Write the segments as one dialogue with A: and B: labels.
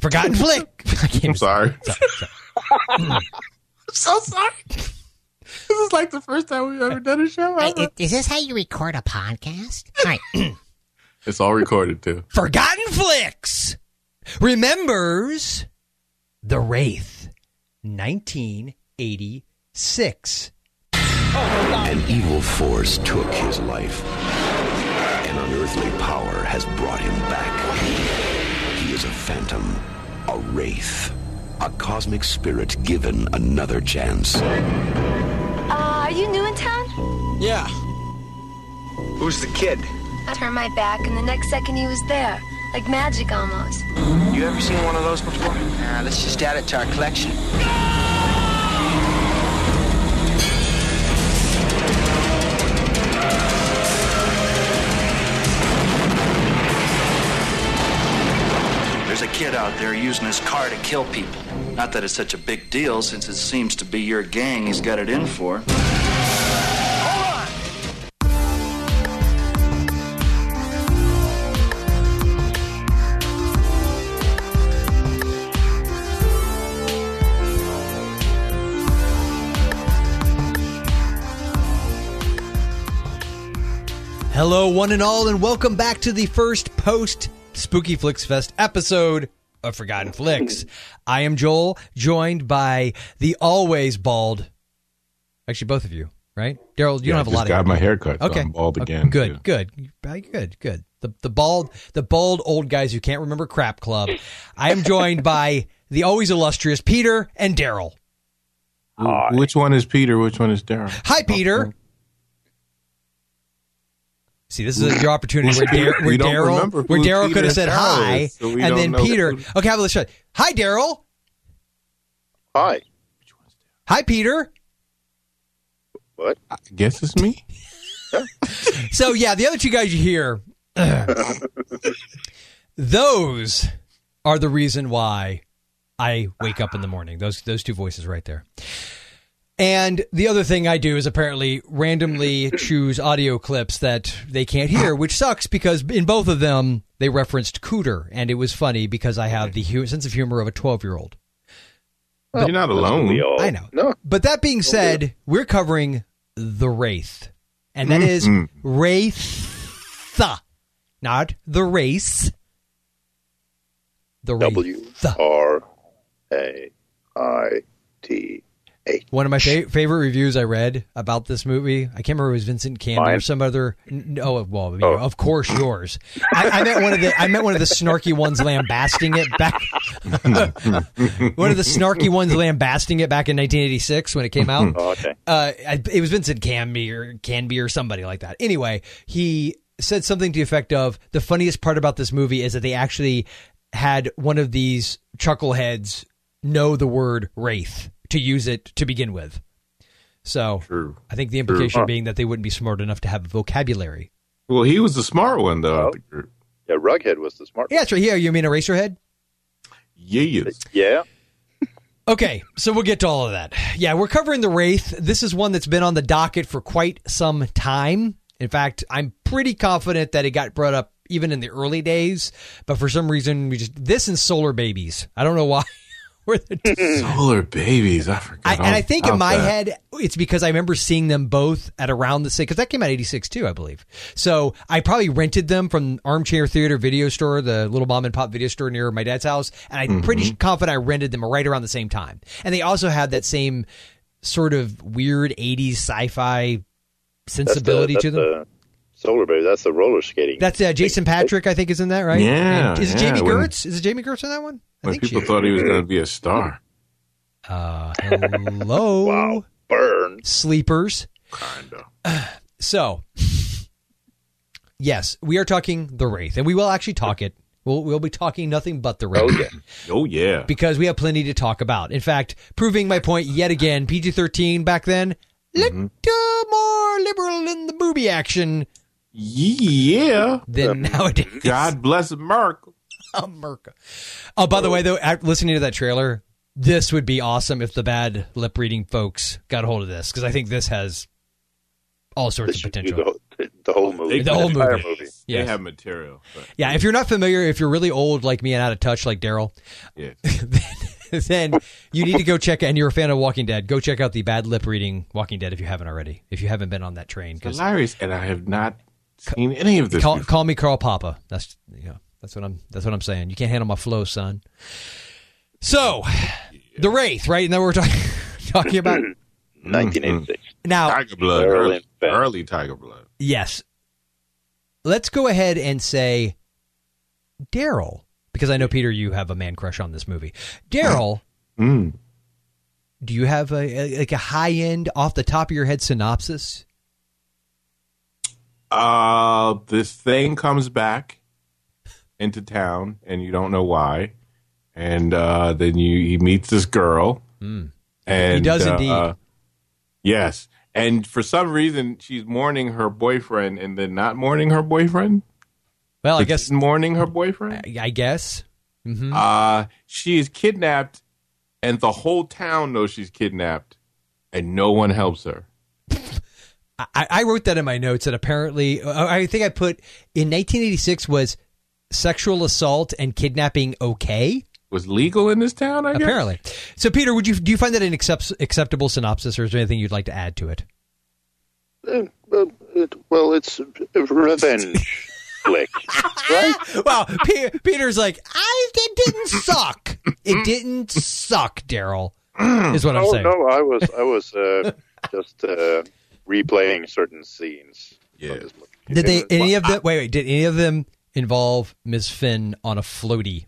A: Forgotten Flick. I can't
B: I'm sorry.
C: I'm so sorry. This is like the first time we've ever done a show.
D: I- i- Is this how you record a podcast? All right.
B: It's all recorded too.
A: Forgotten Flicks remembers The Wraith, 1986.
E: An evil force took his life. An unearthly power has brought him back. He is a phantom, a wraith, a cosmic spirit given another chance.
F: Uh, are you new in town?
G: Yeah.
H: Who's the kid?
F: I turned my back, and the next second he was there. Like magic almost.
H: You ever seen one of those before? Nah, let's just add it to our collection.
I: There's a kid out there using his car to kill people. Not that it's such a big deal, since it seems to be your gang he's got it in for.
A: Hello, one and all, and welcome back to the first post Spooky Flicks Fest episode of Forgotten Flicks. I am Joel, joined by the always bald, actually, both of you, right? Daryl, you
B: Yeah,
A: don't
B: I
A: have a
B: just
A: lot of
B: got
A: hair.
B: my haircut, so
A: Okay.
B: I'm bald
A: Okay,
B: again,
A: Good,
B: too.
A: good, Very good, good. The, the bald the bald old guys who can't remember crap club. I am joined by the always illustrious Peter and Daryl.
B: Wh- Which one is Peter? Which one is Daryl?
A: Hi, Peter. See, this is your opportunity where, Dar- where
B: We don't remember
A: Daryl, where
B: who
A: Daryl
B: Peter
A: could have said
B: Daryl
A: hi,
B: is, so we
A: and
B: don't
A: then
B: know
A: Peter.
B: who-
A: Okay, how about this try? Hi, Daryl.
C: Hi.
A: Hi, Peter.
C: What?
B: I guess it's me.
A: So yeah, the other two guys you hear, those are the reason why I wake up in the morning. Those those two voices right there. And the other thing I do is apparently randomly choose audio clips that they can't hear, which sucks because in both of them they referenced Cooter, and it was funny because I have the hu- sense of humor of a twelve-year-old.
B: You're not alone.
C: all.
A: I know.
C: Oh, No.
A: But that being said, we're covering the Wraith. And
C: Mm,
A: that is Wraith. Not the race. The
C: W
A: Wraith.
C: R A I T.
A: One of my fa- favorite reviews I read about this movie, I can't remember if it was Vincent Candy or
C: Mine? Oh.
A: some other. No, well, you know, of course yours. I, I meant one of the. I meant one of the snarky ones lambasting it back. one of the snarky ones lambasting it back in 1986 when it came out.
C: Oh, okay.
A: uh, I- it was Vincent Canby or Canby or somebody like that. Anyway, he said something to the effect of the funniest part about this movie is that they actually had one of these chuckleheads know the word wraith to use it to begin with. So
B: True.
A: I think the implication being that they wouldn't be smart enough to have a vocabulary.
B: Well, he was the smart one though. of the
A: Oh.
B: group.
C: Yeah, Rughead was the smart
A: Yeah, that's right. Here, you mean Eraserhead?
B: Yes.
C: Yeah.
A: Okay, so we'll get to all of that. Yeah, we're covering the Wraith. This is one that's been on the docket for quite some time. In fact, I'm pretty confident that it got brought up even in the early days, but for some reason we just this and Solar Babies. I don't know why. We're the-
B: Solar babies. I forgot.
A: I, and I
B: all
A: think in
B: about
A: my
B: that.
A: head it's because I remember seeing them both at around the same because that came out eighty six too, I believe. So I probably rented them from Armchair Theater Video Store, the little mom and pop video store near my dad's house, and I'm pretty
B: Mm-hmm.
A: confident I rented them right around the same time. And they also had that same sort of weird eighties sci fi sensibility
C: that's
A: to them.
C: The solar baby. That's the roller skating.
A: that's uh, Jason Patrick, I think, is in that, right?
B: Yeah,
A: And is it
B: yeah,
A: Jamie
B: when-
A: Gertz? Is it Jamie Gertz in that one? I
B: When
A: think she
B: people
A: is.
B: thought he was going to be a star.
A: Uh, hello,
C: wow. Burn.
A: sleepers.
B: Kinda.
A: So, yes, we are talking the Wraith, and we will actually talk it. We'll, we'll be talking nothing but the Wraith
B: Oh yeah.
A: because we have plenty to talk about. In fact, proving my point yet again, PG 13 back then,
B: Mm-hmm.
A: little more liberal in the booby action
B: yeah.
A: than nowadays.
B: God bless America.
A: America. Oh, by the way, though, at- listening to that trailer, this would be awesome if the bad lip reading folks got a hold of this because I think this has all
C: They
A: sorts of
C: should do
A: potential.
C: the, whole- the whole movie.
A: The whole
C: entire
A: movie.
C: movie.
A: Yes.
B: They have material. But,
A: Yeah, if you're not familiar, if you're really old like me and out of touch like Daryl,
B: yeah.
A: then you need to go check. And you're a fan of Walking Dead, go check out the bad lip reading Walking Dead if you haven't already. If you haven't been on that train, because
B: Hilarious. And I have not seen any of this.
A: call,
B: before.
A: call me Carl Papa. That's you know, that's what I'm that's what I'm saying. You can't handle my flow, son. So the Wraith, right? And then we're talking talking about
G: 1986.
A: now.
B: Tiger Blood.
G: Early
B: Early,
G: Infant.
B: early Tiger Blood.
A: Yes, let's go ahead and say Daryl, because I know Peter, you have a man crush on this movie. Daryl,
B: Mm.
A: do you have a, a like a high end off the top of your head synopsis?
B: Uh, this thing comes back into town, and you don't know why. And uh, then you he meets this girl,
A: Mm.
B: and
A: He does
B: uh,
A: indeed.
B: uh, yes, and for some reason she's mourning her boyfriend, and then not mourning her boyfriend.
A: Well, I
B: But
A: guess
B: she's mourning her boyfriend.
A: I guess. hmm
B: Uh, she is kidnapped, and the whole town knows she's kidnapped, and no one helps her.
A: I, I wrote that in my notes that apparently uh, I I think I put in 1986 was sexual assault and kidnapping okay
B: Was legal in this town, I guess.
A: apparently. So Peter, would you do you find that an accept, acceptable synopsis, or is there anything you'd like to add to it?
B: Mm-hmm.
G: Uh, well, it, well, it's a revenge flick, right?
A: Well, Pe- Peter's like I it didn't suck. It didn't suck, Daryl. Is what I'm
G: oh
A: saying.
G: no, I was I was uh, just uh, replaying certain scenes. from
B: Yeah.
G: this movie.
A: Did they
G: It was-
A: any of them? Wait, wait. Did any of them involve Miss Finn on a floaty?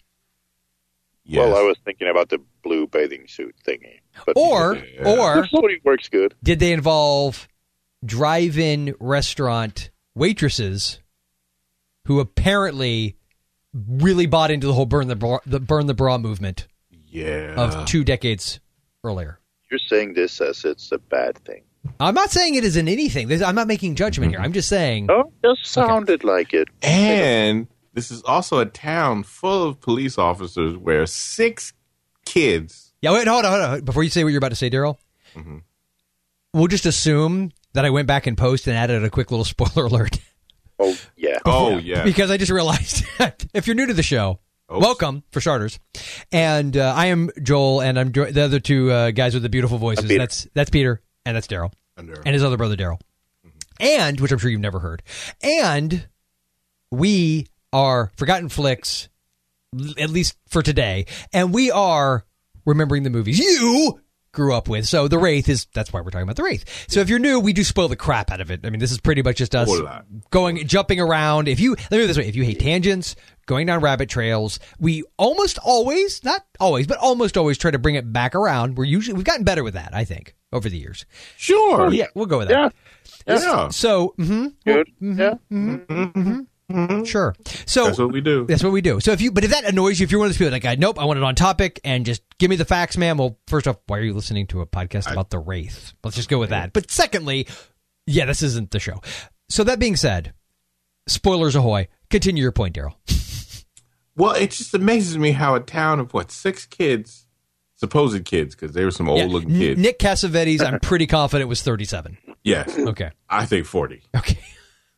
B: Yes.
G: Well, I was thinking about the blue bathing suit thingy, but
A: Or
B: Yeah.
A: or
G: Somebody works good.
A: did they involve drive-in restaurant waitresses who apparently really bought into the whole burn the bra, the burn the bra movement
B: yeah.
A: of two decades earlier?
G: You're saying this as it's a bad thing.
A: I'm not saying it isn't anything. This- I'm not making judgment
B: Mm-hmm.
A: here. I'm just saying
G: No, it Oh, just sounded like it.
B: And this is also a town full of police officers where six kids.
A: Yeah, wait, hold on, hold on. Before you say what you're about to say, Daryl,
B: Mm-hmm.
A: we'll just assume that I went back and post and added a quick little spoiler alert
G: Oh yeah,
B: Oh yeah,
A: because I just realized that if you're new to the show,
B: Oops.
A: welcome for starters. And uh, I am Joel, and I'm jo- the other two uh, guys with the beautiful voices.
G: Peter.
A: That's that's Peter, and that's Daryl,
B: Under-
A: and his other brother Daryl,
B: Mm-hmm.
A: and which I'm sure you've never heard. And we are Forgotten Flicks, l- at least for today, and we are remembering the movies you grew up with. So the Wraith is that's why we're talking about the Wraith. So if you're new, we do spoil the crap out of it. I mean, this is pretty much just us
B: Whole lot.
A: going jumping around. If you let me put it this way, if you hate tangents, going down rabbit trails, we almost always, not always, but almost always try to bring it back around. We're usually we've gotten better with that, I think, over the years.
B: sure.
A: Oh, Yeah, we'll go with that.
G: yeah,
B: Oh, Yeah.
A: So, mhm,
G: good. Yeah,
A: Mm-hmm. sure. So
B: That's what we do.
A: That's what we do. So if you, but if that annoys you, if you're one of those people like, I nope, I want it on topic and just give me the facts, man. Well, first off, why are you listening to a podcast about the Wraith? Let's just go with that. But secondly, yeah, this isn't the show. So that being said, spoilers ahoy. Continue your point, Daryl.
B: Well, it just amazes me how a town of what six kids, supposed kids, because they were some
A: Yeah.
B: old-looking
A: N-
B: kids.
A: Nick Cassavetes, I'm pretty confident was 37.
B: yes,
A: Okay.
B: I think forty.
A: Okay.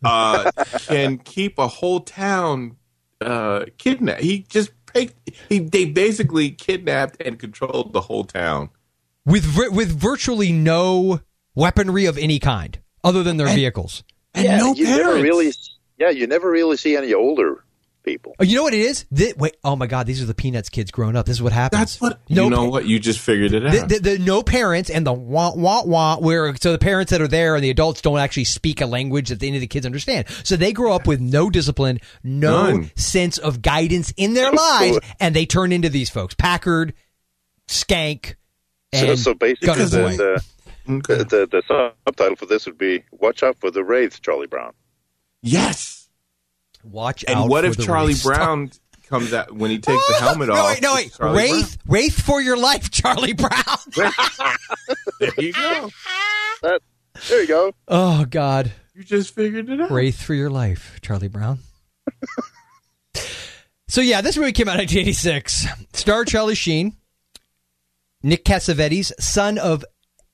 B: Uh, can keep a whole town uh, kidnapped. He just picked- he they basically kidnapped and controlled the whole town.
A: With vir- with virtually no weaponry of any kind other than their vehicles.
B: And
G: yeah.
B: no
G: you never
B: parents.
G: really, yeah, you never really see any older people.
A: Oh, you know what it is? Thi- wait, oh my God, these are the Peanuts kids growing up. This is what happens.
B: That's what
A: No
B: you know.
A: pa-
B: what you just figured it out.
A: the, the, the no parents and the wah wah wah where so the parents that are there and the adults don't actually speak a language that any of the kids understand so they grow up with no discipline no
B: None.
A: sense of guidance in their lives and they turn into these folks packard skank
G: So,
A: and
G: so basically,
A: Gunner Boy.
G: the, the, the, the, the subtitle for this would be "Watch Out for the Wraith, Charlie Brown."
B: yes.
A: watch out
B: And what
A: for
B: if
A: the
B: Charlie
A: wraiths.
B: Brown comes out when he takes the helmet
A: no,
B: off?
A: wait, no wait
B: it's Charlie
A: wraith wraith for your life charlie brown
B: Brown. There you go.
G: That, there you go.
A: oh god
B: You just figured it out.
A: Wraith for your life, Charlie Brown. so yeah, this movie came out in 1986. Star Charlie Sheen, Nick Cassavetes, son of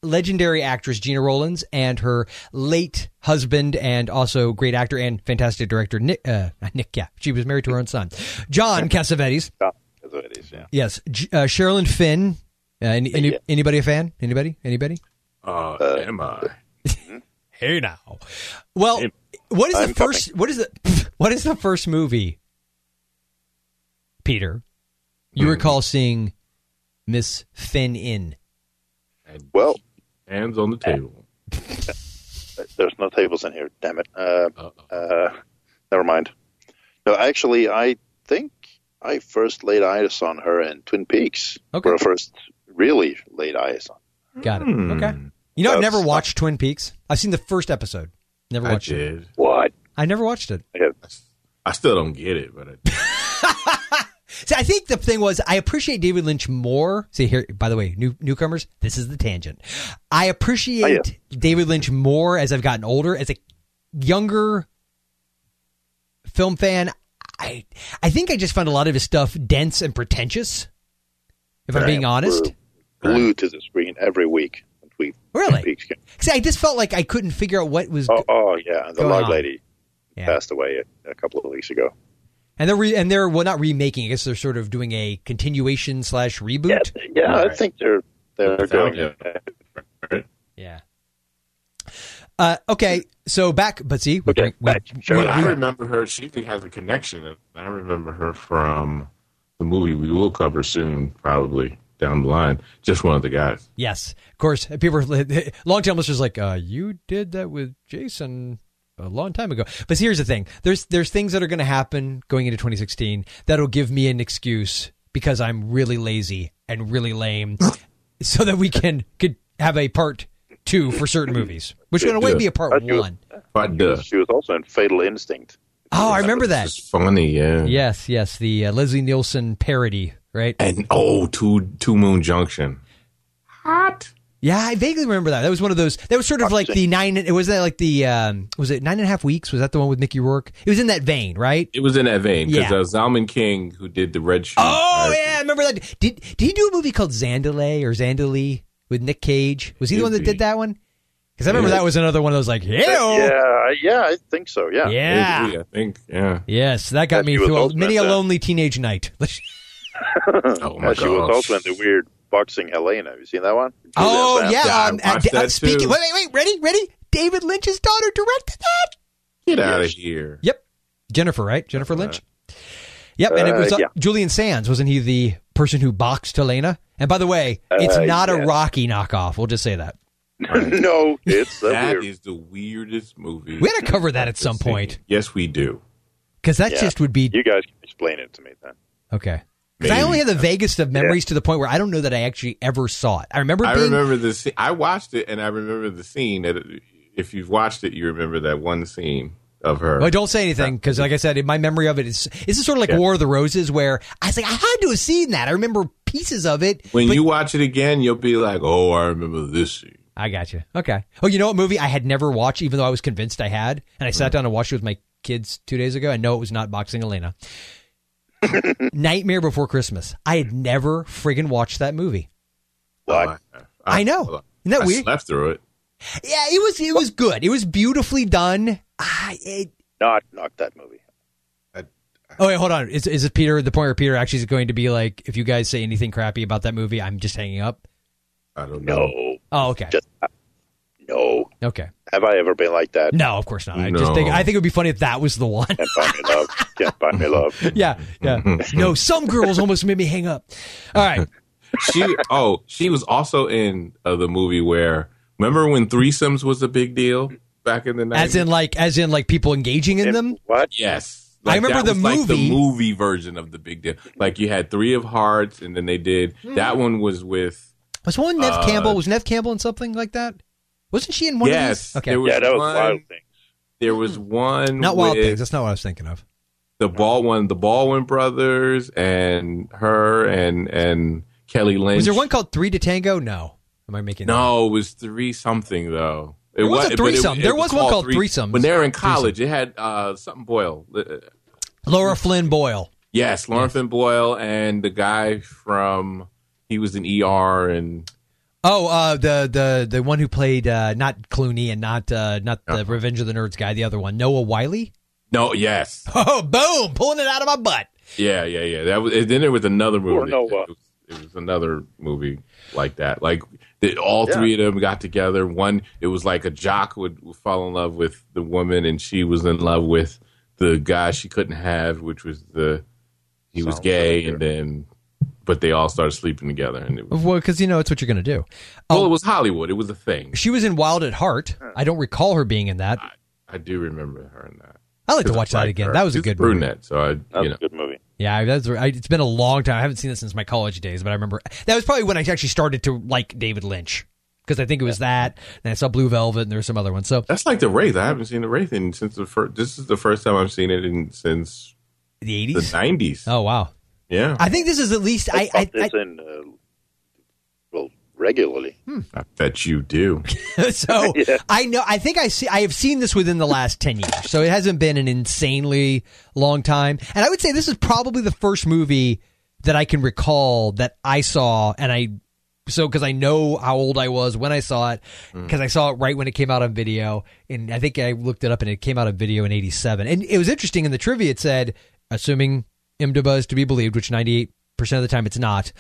A: legendary actress Gina Rollins and her late husband and also great actor and fantastic director Nick. Uh, not Nick, yeah, she was married to her own son, John Cassavetes.
G: Ah,
C: That's what it is. Yeah.
A: Yes, G- uh, Sherilyn Finn. Uh, any, any, Anybody a fan? Anybody? Anybody?
B: Uh, am I?
A: Hey now. Well, what is the
C: I'm
A: first? What is the? What is the first movie? Peter, you recall seeing Miss Finn in?
G: Well,
B: Hands on the table.
G: there's no tables in here. Damn it. Uh, uh, never mind. No, actually, I think I first laid eyes on her in Twin Peaks.
A: Okay.
G: Where I first really laid eyes on.
A: Got it. Okay. You know, I've
G: That's-
A: never watched Twin Peaks. I've seen the first episode. Never
B: I
A: watched it.
B: did.
G: What?
A: I never watched it.
B: I still don't get it, but I
A: See, I think the thing was I appreciate David Lynch more. See here, by the way, new newcomers, this is the tangent. I appreciate
G: Oh, yeah.
A: David Lynch more as I've gotten older. As a younger film fan, I I think I just found a lot of his stuff dense and pretentious. If I'm being honest,
G: We're glued to the screen every week. since We
A: Really?
G: Twin Peaks came.
A: see, I just felt like I couldn't figure out what was.
G: Oh, oh yeah, and the
A: Go
G: log
A: on.
G: lady
A: Yeah.
G: passed away a, a couple of weeks ago.
A: And they're re- and they're well not remaking. I guess they're sort of doing a continuation slash reboot.
G: Yeah, yeah, I think they're they're
B: Sound
G: going.
B: good.
A: Yeah. Uh, okay, so back, but see, we
G: Okay,
A: bring- we-
G: back,
B: Well,
G: sure.
A: we-
B: I
A: we-
B: remember her. She has a connection. I remember her from the movie we will cover soon, probably down the line. Just one of the guys.
A: yes, of course. People, are- long-time listeners, like uh, you did that with Jason a long time ago. But see, here's the thing: there's there's things that are going to happen going into 2016 that'll give me an excuse because I'm really lazy and really lame, so that we can could have a part two for certain movies, which would in a way be a part
G: But you-
A: one.
B: But duh.
G: She was also in Fatal Instinct.
A: Oh, I remember that.
B: It's funny, yeah.
A: Yes, yes, the uh, Leslie Nielsen parody, right?
B: And oh, two two moon junction.
A: Yeah, I vaguely remember that. That was one of those. That was sort of like the nine. It was that like the um, was it nine and a half weeks? Was that the one with Mickey Rourke? It was in that vein, right?
B: It was in that vein because
A: Yeah.
B: uh, Zalman King, who did the red shoe. uh,
A: Oh yeah, I remember that. Did did he do a movie called Zandalay or Zandalee with Nick Cage? Was he the one that
B: Maybe.
A: did that one? Because I remember that was another one of those like, ew.
G: Yeah, yeah, I think so. Yeah.
A: yeah.
B: I think. Yeah.
A: Yes, that got
G: That
A: me
G: you were
A: through a,
G: both
A: many a
G: messed up.
A: lonely teenage night.
B: Oh
G: Uh,
B: my
G: she was
B: god.
G: also in the weird boxing Helena. Have you seen that one?
A: oh
G: Julia
A: yeah,
G: Roberts.
B: I
A: um, uh,
B: watched
A: uh,
B: that,
A: speaking.
B: too.
A: Wait, wait, wait. Ready, ready. David Lynch's daughter directed that.
B: Get out of here.
A: Yep. Jennifer, right? Jennifer Lynch. Yep, and it was
G: Uh, yeah.
A: Julian Sands, wasn't he the person who boxed Helena? And by the way, it's
G: Uh,
A: not a
G: yeah.
A: Rocky knockoff. We'll just say that.
G: no, it's a
B: That
G: weird.
B: is the weirdest movie.
A: We gotta cover that at
B: I've
A: some
B: seen.
A: point.
B: Yes, we do.
A: because that
G: Yeah.
A: just would be
G: You guys can explain it to me then.
A: okay. Because I only have the vaguest of memories to the point where I don't know that I actually ever saw it. I remember
B: I
A: being
B: remember the scene. I watched it, and I remember the scene. That if you've watched it, you remember that one scene of her.
A: Well, don't say anything because, like I said, in my memory of it is this is sort of like
B: Yeah.
A: War of the Roses, where I was like, I had to have seen that. I remember pieces of it.
B: when
A: but-
B: you watch it again, you'll be like, "Oh, I remember this scene."
A: I got you. Okay. Oh, you know what movie I had never watched, even though I was convinced I had, and I sat down and watched it with my kids two days ago. I know it was not Boxing Elena. Nightmare Before Christmas. I had never friggin' watched that movie.
G: Like,
B: Oh,
A: I know. Isn't that
B: I
A: weird?
B: slept through it.
A: Yeah, it was. It was good. It was beautifully done. Ah, it,
G: not knock that movie.
A: oh wait, hold on. Is is it Peter? The point where Peter actually is going to be like, if you guys say anything crappy about that movie, I'm just hanging up.
B: I don't know.
G: No,
A: Oh, okay.
G: just no.
A: Okay.
G: Have I ever been like that?
A: No, of course not. I just think
B: No.
A: I think it would be funny if that was the one.
G: Can't find me love. Can't find me love.
A: yeah, yeah. no, some girls almost made me hang up. All right.
B: She. Oh, she was also in uh, the movie where. Remember when threesomes was a big deal back in the nineties?
A: as in like as in like people engaging in them
G: What?
B: Yes.
A: I remember the
B: that was Like
A: movie.
B: the movie version of the big deal. Like you had Three of Hearts, and then they did that one was with
A: was one nev
B: Uh,
A: campbell was nev campell in something like that wasn't she in one
B: Yes,
A: of these okay
B: there was-
G: Yeah, that was
B: one-
G: wild thing.
B: there was one
A: not wild
B: with
A: things that's not what i was thinking of
B: the Baldwin the Baldwin brothers and her and and Kelly Lynch.
A: was there one called three to tango no am i making that?
B: No, it was three something though. It
A: There was a
B: but it-
A: threesome.
B: it
A: There was one called threesomes.
B: When they were in college, it had uh, something Boyle. Uh,
A: laura flynn boyle
B: Yes, Lauren Finn Boyle E and the guy from he was in ER and
A: Oh, uh, the the the one who played uh, not Clooney and not uh, not
B: Uh-huh.
A: the Revenge of the Nerds guy, the other one, Noah Wiley.
B: No, yes,
A: Oh, boom! Pulling it out of my butt.
B: yeah, yeah, yeah. That was. and Then there was another movie.
G: Poor Noah.
B: It was, it was another movie like that. Like the, all three of them got together. One, it was like a jock would, would fall in love with the woman, and she was in love with the guy she couldn't have, which was the he was
G: Sounds
B: gay,
G: familiar.
B: and then but they all started sleeping together, and it was,
A: Well, because you know it's what you're gonna do.
B: well, it was Hollywood. It was a thing.
A: She was in Wild at Heart. I don't recall her being in that.
B: I do remember her in that.
A: I like to watch that
B: Like
A: again.
B: her.
A: That was a
B: She's
A: good movie.
B: brunette. So I,
G: That's
B: you know,
G: a good movie.
A: Yeah, that's. I, it's been a long time. I haven't seen it since my college days, but I remember that was probably when I actually started to like David Lynch because I think it was that. And I saw Blue Velvet, and there was some other one. So
B: That's like the Wraith. I haven't seen the Wraith in since the first. This is the first time I've seen it in since
A: the
B: the
A: eighties.
B: nineties.
A: Oh wow!
B: Yeah,
A: I think this is at least.
G: I,
A: I, I, Hmm.
G: this in uh, well regularly.
B: I bet you do.
A: I so I know. I think I see. I have seen this within the last ten years, so it hasn't been an insanely long time. And I would say this is probably the first movie that I can recall that I saw, and I so because I know how old I was when I saw it, because I saw it right when it came out on video, and I think I looked it up, and it came out on video in '87. And it was interesting in the trivia; it said, assuming IMDb is to be believed, which 98 percent of the time it's not.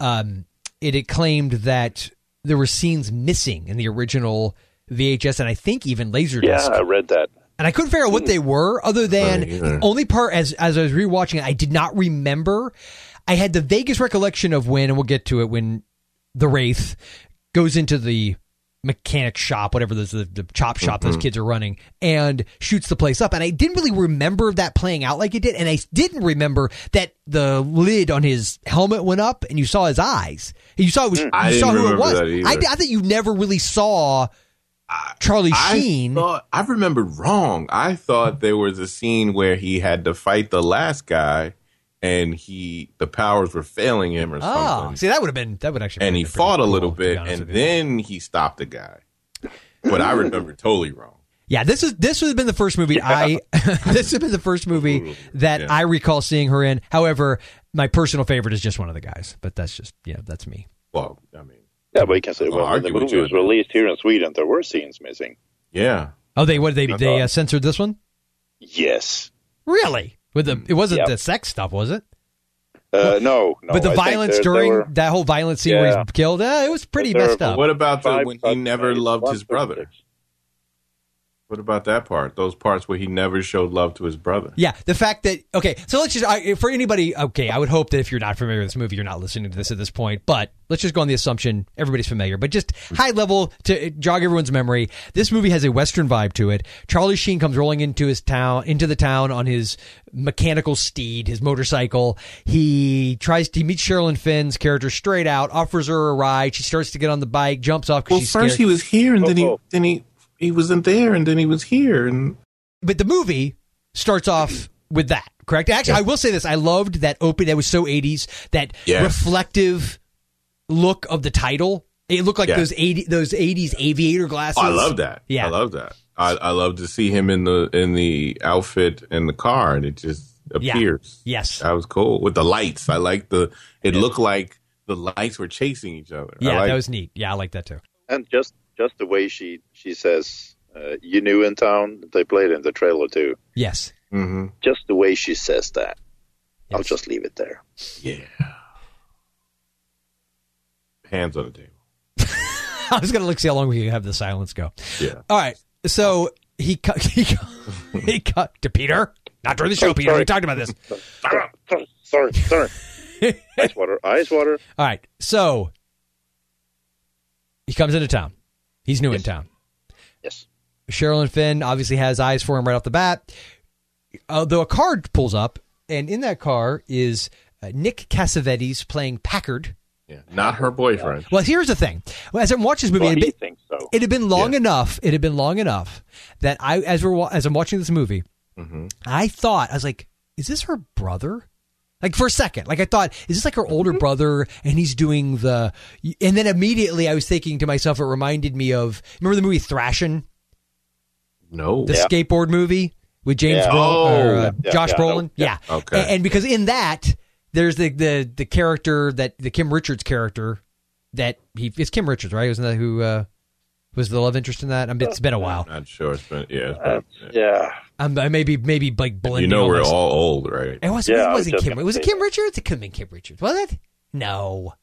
A: Um, it, it claimed that there were scenes missing in the original VHS, and I think even Laserdisc
G: Yeah, I read that.
A: and I couldn't figure out what they were, other than
B: Right,
A: the
B: Hmm. either.
A: only part as as I was rewatching it, I did not remember. I had the vaguest recollection of when, and we'll get to it when the wraith goes into the mechanic shop, whatever this the, the chop shop
B: Mm-hmm.
A: those kids are running, and shoots the place up. And I didn't really remember that playing out like it did, and I didn't remember that the lid on his helmet went up, and you saw his eyes. You saw it was,
B: Hmm. I
A: you saw who
B: didn't
A: it
B: remember
A: was.
B: that either.
A: I, I think you never really saw. Charlie
B: I
A: Sheen.
B: thought I remembered wrong. I thought there was a scene where he had to fight the last guy, and he the powers were failing him or
A: Oh,
B: something.
A: see, that would have been that would actually.
B: and
A: been
B: he
A: pretty
B: fought a
A: cool,
B: little
A: to be
B: bit,
A: honest
B: and
A: with you.
B: then he stopped the guy. But I remember totally wrong.
A: yeah, this is this would have been the first movie I this would have been the first movie that
B: Yeah.
A: I recall seeing her in. However, my personal favorite is just one of the guys, but that's just you know that's me.
B: Well, I mean,
G: Yeah, but you can say, well, when the
B: argue with
G: movie
B: you
G: was
B: on that.
G: released here in Sweden, there were scenes missing.
B: yeah.
A: Oh, they what they they uh, censored this one?
G: Yes.
A: Really? With the it wasn't
G: Yep.
A: the sex stuff, was it?
G: Uh, no, no.
A: but the
G: I think
A: violence
G: there- there
A: during
G: were-
A: that whole violence scene where
G: Yeah.
A: he's killed, uh, it was pretty
G: there-
A: messed
G: but
A: up.
B: What about the
G: five
B: when he
G: cuts
B: never
G: made,
B: loved
G: one
B: his
G: thirty
B: brother?
G: six.
B: What about that part? Those parts where he never showed love to his brother.
A: Yeah, the fact that okay, so let's just I, for anybody. Okay, I would hope that if you're not familiar with this movie, you're not listening to this at this point. But let's just go on the assumption everybody's familiar. But just high level to jog everyone's memory, this movie has a western vibe to it. Charlie Sheen comes rolling into his town, into the town on his mechanical steed, his motorcycle. He tries to he meets Sherilyn Finn's character straight out, offers her a ride. She starts to get on the bike, jumps off. 'cause
B: Well,
A: she's
B: first
A: scared.
B: he was here, and then he
G: Oh.
B: then he he wasn't there, and then he was here, and
A: but the movie starts off with that correct actually i will say this i loved that open that was so 80s that
B: Yes.
A: reflective look of the title it looked like
B: Yes.
A: those 80 those 80s aviator glasses
B: oh, I love that.
A: Yeah.
B: I love that. I, I love to see him in the in the outfit and the car, and it just
A: Yeah.
B: appears.
A: yes
B: That was cool with the lights. I like the. It looked like the lights were chasing each other. I
A: yeah
B: like-
A: that was neat yeah i like that too
G: And just just the way she she says, uh, "You knew in town." They played in the trailer too.
A: yes
B: Mhm.
G: Just the way she says that. I'll
A: Yes.
G: just leave it there.
B: Yeah. Hands on the table.
A: i was gonna look see how long we can have the silence go
B: Yeah.
A: all right so he cut he cut, he cut to peter not during the show
G: Oh,
A: peter
G: sorry.
A: we talked about this
B: Ah,
G: Sorry, sorry, sorry. ice water, ice water.
A: All right. So he comes into town. He's new in town.
G: Yes.
A: Sherilyn Finn obviously has eyes for him right off the bat. Although a car pulls up, and in that car is uh, Nick Cassavetes playing Packard.
B: Yeah. Not her boyfriend.
A: Well, here's the thing. Well, As I'm watching this movie,
G: Well,
A: it,
G: he
A: had been,
G: thinks so.
A: it had been long enough. It had been long enough that I, as we're wa- as I'm watching this movie,
G: Mm-hmm.
A: I thought I was like, "Is this her brother?" Like for a second, like I thought, "Is this like
G: Mm-hmm.
A: her older brother?" And he's doing the, and then immediately I was thinking to myself, it reminded me of remember the movie Thrashing,
B: No.
A: the skateboard movie with James
G: Yeah.
A: Brolin, or,
B: Oh.
A: uh,
G: Yeah,
A: Josh
G: yeah,
A: Brolin,
G: yeah.
A: yeah.
B: Okay.
A: And, and because in that there's the the the character that the Kim Richards character that he it's Kim Richards, right? Wasn't that who uh, was the love interest in that? I mean, it's been a while.
B: Not sure. It's been, yeah. It's
A: Uh,
B: been,
G: Uh, Yeah.
A: I'm, I maybe maybe like blending.
B: You know
A: all
B: we're
A: my-
B: all old, right?
A: It was.
G: Yeah, I
A: it
G: was
A: wasn't
G: just
A: Kim.
G: gonna
A: It was it
G: say
A: Kim Richards. It couldn't be Kim Richards, was it? No.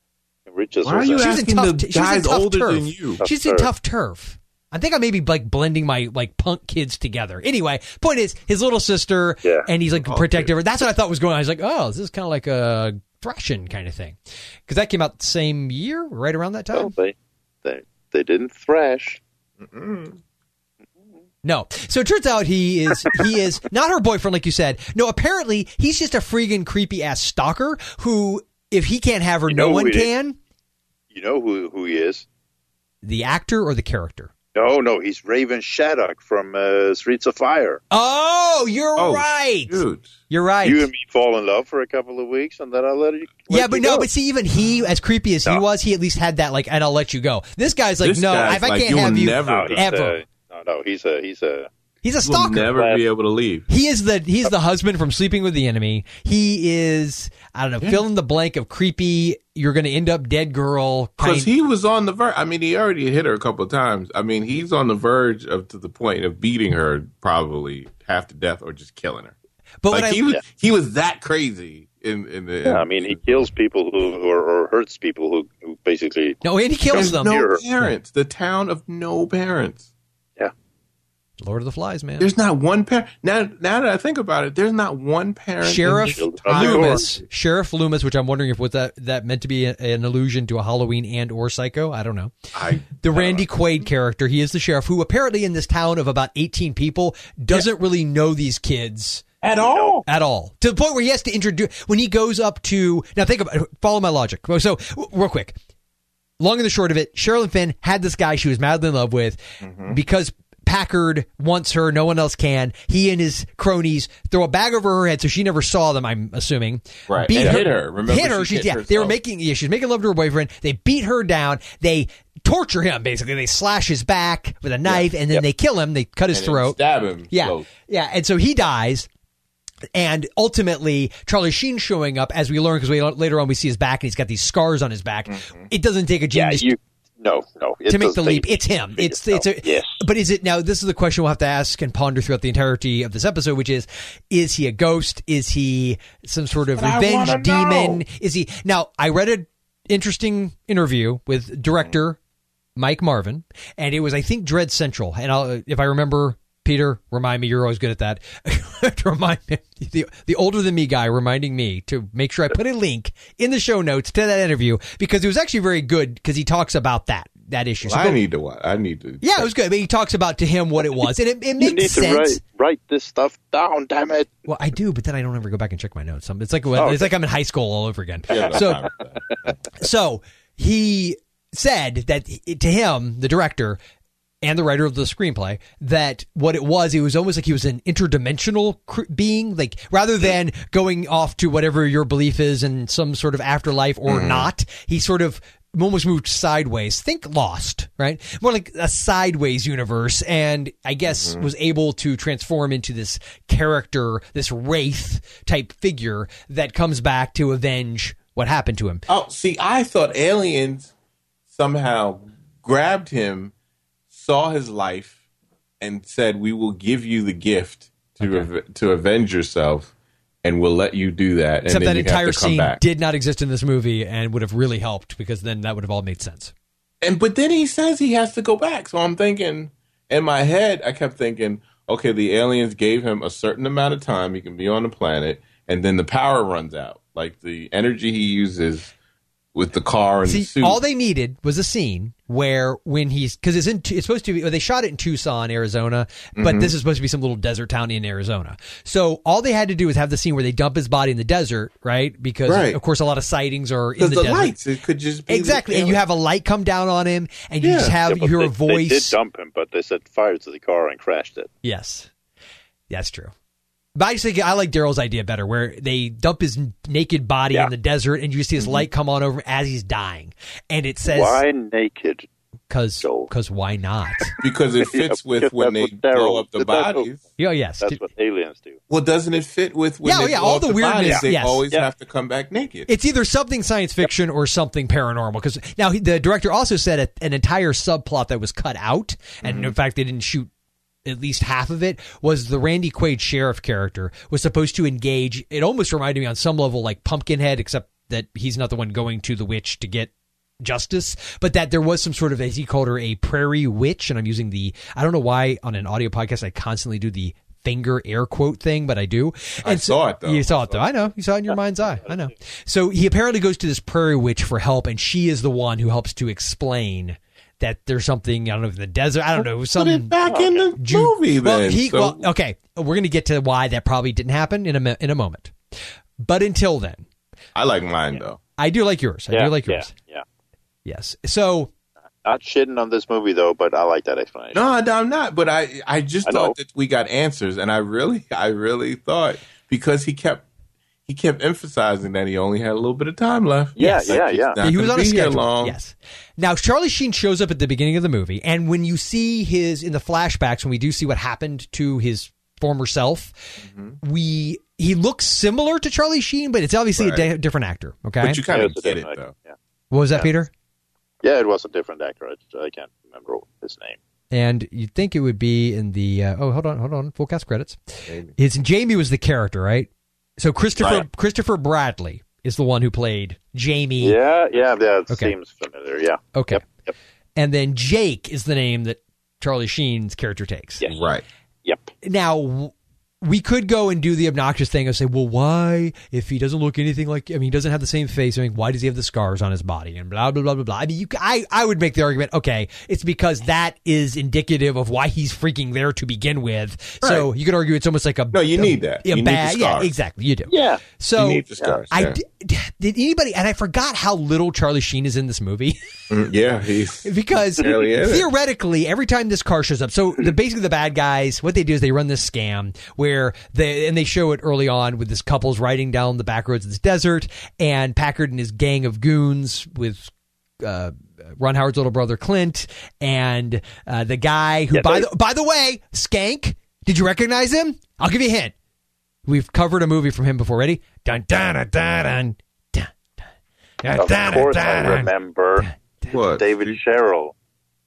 G: Richards
B: Why are
G: was
B: you
G: a-
A: She was in
B: asking
A: tough.
B: the
A: t- she was in
B: guys
A: tough
B: older
A: turf.
B: than you?
A: She's in tough
G: Tough
A: turf. I think I may be like blending my like punk kids together. Anyway, point is his little sister,
G: Yeah.
A: and he's like protective. That's what I thought was going on. I was like, oh, this is kind of like a thrashing kind of thing, because that came out the same year, right around that time.
G: no, they, they, they didn't thrash.
A: No. So it turns out he is he is not her boyfriend like you said. No, apparently he's just a freaking creepy ass stalker who if he can't have her
G: You
A: no
G: know
A: one
G: who it is.
A: can.
G: You know who who he is?
A: The actor or the character?
G: No, no, he's Raven Shaddock from uh, Streets of Fire.
A: Oh, you're right.
B: Dude.
A: You're right.
G: You and me fall in love for a couple of weeks, and then I let you. let
A: yeah,
G: you
A: but no,
G: go.
A: but see, even he, as creepy as he
G: No.
A: was, he at least had that like, and I'll let you go. This guy's like,
B: This
A: no,
B: guy's
A: if I
B: like,
A: can't
B: you will
A: have you,
B: never
G: no, he's
A: ever.
G: A, no, no, he's a he's a
A: he's a
B: We'll
A: stalker.
B: never be able to leave.
A: He is the he's the husband from Sleeping with the Enemy. He is I don't know, fill in the blank of creepy. You're going to end up dead, girl. kind-
B: Because he was on the verge. I mean, he already hit her a couple of times. I mean, he's on the verge of to the point of beating her probably half to death or just killing her.
A: but
B: like
A: when I,
B: he was, he was that crazy in in the.
G: I mean, he kills people who or, or hurts people who, who basically.
A: No, and he kills
B: There's
A: them.
B: no
G: Here.
B: parents. The town of no parents.
A: Lord of the Flies, man.
B: There's not one parent. Now, now that I think about it, there's not one parent. in
A: Sheriff
B: this-
G: Shield of the
A: Loomis, Sheriff Loomis, which I'm wondering if was that that meant to be a- an allusion to a Halloween and or Psycho. I don't know.
B: I,
A: The Randy Quaid character, he is the sheriff who apparently in this town of about 18 people doesn't really know these kids
C: At all.
A: at all. To the point where he has to introduce when he goes up to now. Think about follow my logic. So w- real quick, long and the short of it, Sherilyn Finn had this guy she was madly in love with
B: Mm-hmm.
A: because Packard wants her, no one else can. He and his cronies throw a bag over her head so she never saw them. I'm assuming
B: Right. And hit her. Remember,
A: hit her.
B: she
A: She's,
B: hit
A: yeah, they were
B: herself.
A: making yeah, she's making love to her boyfriend. They beat her down. They torture him basically. They slash his back with a knife and then they kill him. They cut his
B: and
A: throat.
B: Stab him.
A: Yeah.
B: So,
A: Yeah. And so he dies. And ultimately, Charlie Sheen showing up, as we learn, because later on we see his back and he's got these scars on his back. It doesn't take a
G: Mm-hmm. Yeah,
A: genius
G: you. No, no. it
A: to make the
G: doesn't take-
A: leap. It's him. It's
G: No.
A: it's a,
G: yes.
A: But is it now? This is the question we'll have to ask and ponder throughout the entirety of this episode, which is: Is he a ghost? Is he some sort of revenge demon? Is he now? I read an interesting interview with
G: Mm-hmm.
A: director Mike Marvin, and it was I think Dread Central, and I'll, if I remember. Peter, remind me. You're always good at that. to remind me, the, the older than me guy reminding me to make sure I put a link in the show notes to that interview because it was actually very good because he talks about that that issue. So
B: I
A: go-
B: need to watch. I need to.
A: yeah, it was good. But he talks about to him what it was, and it, it
G: You
A: makes
G: need
A: sense.
G: to write, write this stuff down. Damn it!
A: Well, I do, but then I don't ever go back and check my notes. Um, It's like when-
G: Oh,
A: it's like I'm in high school all over again.
B: Yeah, no,
A: so,
B: I'm-
A: so he said that he- to him, the director and the writer of the screenplay, that what it was, it was almost like he was an interdimensional cr- being, like rather than going off to whatever your belief is in some sort of afterlife or not, he sort of almost moved sideways. Think Lost, right? More like a sideways universe, and I guess was able to transform into this character, this wraith type figure that comes back to avenge what happened to him.
B: Oh, see, I thought aliens somehow grabbed him, saw his life, and said, "We will give you the gift to av- to avenge yourself, and we'll let you do that." And
A: Except
B: then
A: that
B: you have to
A: entire
B: come
A: scene
B: back."
A: did not exist in this movie and would have really helped because then that would have all made sense.
B: and but then he says he has to go back. So I'm thinking in my head, I kept thinking, okay, the aliens gave him a certain amount of time he can be on the planet, and then the power runs out, like the energy he uses with the car and the
A: See,
B: suit.
A: all they needed was a scene where when he's because it's in it's supposed to be well, they shot it in Tucson, Arizona, but this is supposed to be some little desert town in Arizona. So all they had to do was have the scene where they dump his body in the desert, right? Because
B: Right.
A: of course a lot of sightings are in
B: because
A: the,
B: the,
A: desert.
B: lights, it could just be the
A: Exactly, and you
B: aliens.
A: have a light come down on him, and you just have
G: Yeah, but
A: your
G: they,
A: voice.
G: They did dump him, but they set fire to the car and crashed it.
A: Yes, that's true. But I just think I like Daryl's idea better, where they dump his n- naked body
G: Yeah. Mm-hmm.
A: in the desert, and you see his light come on over as he's dying, and it says
G: Why naked?
A: Cause, cause why not?
B: because it fits
G: Yeah,
B: with
G: because
B: when they
G: that's what they're-
B: blow up the
G: that's what-
B: bodies.
A: Yeah, yes.
G: That's what aliens do.
B: Well, doesn't it fit with when
A: Yeah,
B: they
A: yeah,
B: blow
A: all
B: up
A: the weirdness,
B: bodies, They
A: yes.
B: always
G: Yeah.
B: have to come back naked.
A: It's either something science fiction or something paranormal. Because now he- the director also said a, an entire subplot that was cut out, and
B: Mm-hmm.
A: in fact they didn't shoot at least half of it. Was the Randy Quaid sheriff character was supposed to engage? It almost reminded me on some level like Pumpkinhead, except that he's not the one going to the witch to get justice, but that there was some sort of, as he called her, a prairie witch. And I'm using the, I don't know why on an audio podcast I constantly do the finger air quote thing, but I do. And
B: I saw it, though.
A: You saw it though. I know. You saw it in your mind's eye. I know. So he apparently goes to this prairie witch for help, and she is the one who helps to explain that there's something, I don't know, in the desert. I don't know. Some
B: Put it back in the
A: Ju-
B: movie,
A: well,
B: then.
A: he-
B: so,
A: well, okay, we're going to get to why that probably didn't happen in a mi- in a moment. But until then,
B: I like mine though.
A: I do like yours. I
G: yeah,
A: do like
G: yeah,
A: yours.
G: Yeah.
A: Yes. So
G: Not shitting on this movie though, but I like that explanation.
B: No, no, I'm not. But I, I just
G: I know.
B: thought that we got answers, and I really, I really thought because he kept, he kept emphasizing that he only had a little bit of time left.
G: Yeah,
B: Like,
G: yeah,
B: he's
G: yeah.
B: not
A: he was
B: gonna
A: on a
B: be here
A: schedule.
B: long.
A: Yes. Now Charlie Sheen shows up at the beginning of the movie, and when you see his in the flashbacks, when we do see what happened to his former self,
B: Mm-hmm.
A: we he looks similar to Charlie Sheen, but it's obviously a
B: Right.
A: di- different actor. Okay.
B: but you kind
G: Yeah,
B: of
G: it's a
B: get it
G: different
B: though.
G: actor, Yeah.
A: what was that, Peter?
G: yeah, it was a different actor. I, I can't remember his name.
A: And you'd think it would be in the uh, oh hold on hold on full cast credits. His Jamie was the character, right? So Christopher
G: Right.
A: Christopher Bradley is the one who played Jamie.
G: Yeah, yeah, that
A: Okay.
G: seems familiar. Yeah.
A: Okay.
G: Yep, yep.
A: And then Jake is the name that Charlie Sheen's character takes.
G: Yes.
B: Right.
G: Yep.
A: now w- we could go and do the obnoxious thing and say, well, why if he doesn't look anything like? I mean, he doesn't have the same face. I mean, why does he have the scars on his body and blah blah blah blah blah? I mean, you, I I would make the argument, okay, it's because that is indicative of why he's freaking there to begin with. So you could argue it's almost like a
B: No, you
A: a-
B: need that.
A: a
B: You need
A: bad
B: the
A: yeah
B: scars.
A: exactly you do
G: Yeah.
A: so
B: you need the scars.
A: I
B: yeah.
A: d- d- did anybody and I forgot how little Charlie Sheen is in this movie.
B: Mm, yeah, he's
A: because
B: Really is.
A: theoretically, every time this car shows up, so the basically the bad guys, what they do is they run this scam where they and they show it early on with this couple's riding down the back roads of this desert, and Packard and his gang of goons with. Uh, Ron Howard's little brother Clint and uh, the guy who,
G: Yeah,
A: by
G: they-
A: the by the way, Skank. Did you recognize him? I'll give you a hint. We've covered a movie from him before. Ready? Dun dun dun dun dun dun. dun,
G: Of
A: dun,
G: course, I
A: dun, dun.
G: remember
B: what?
G: David Sherrill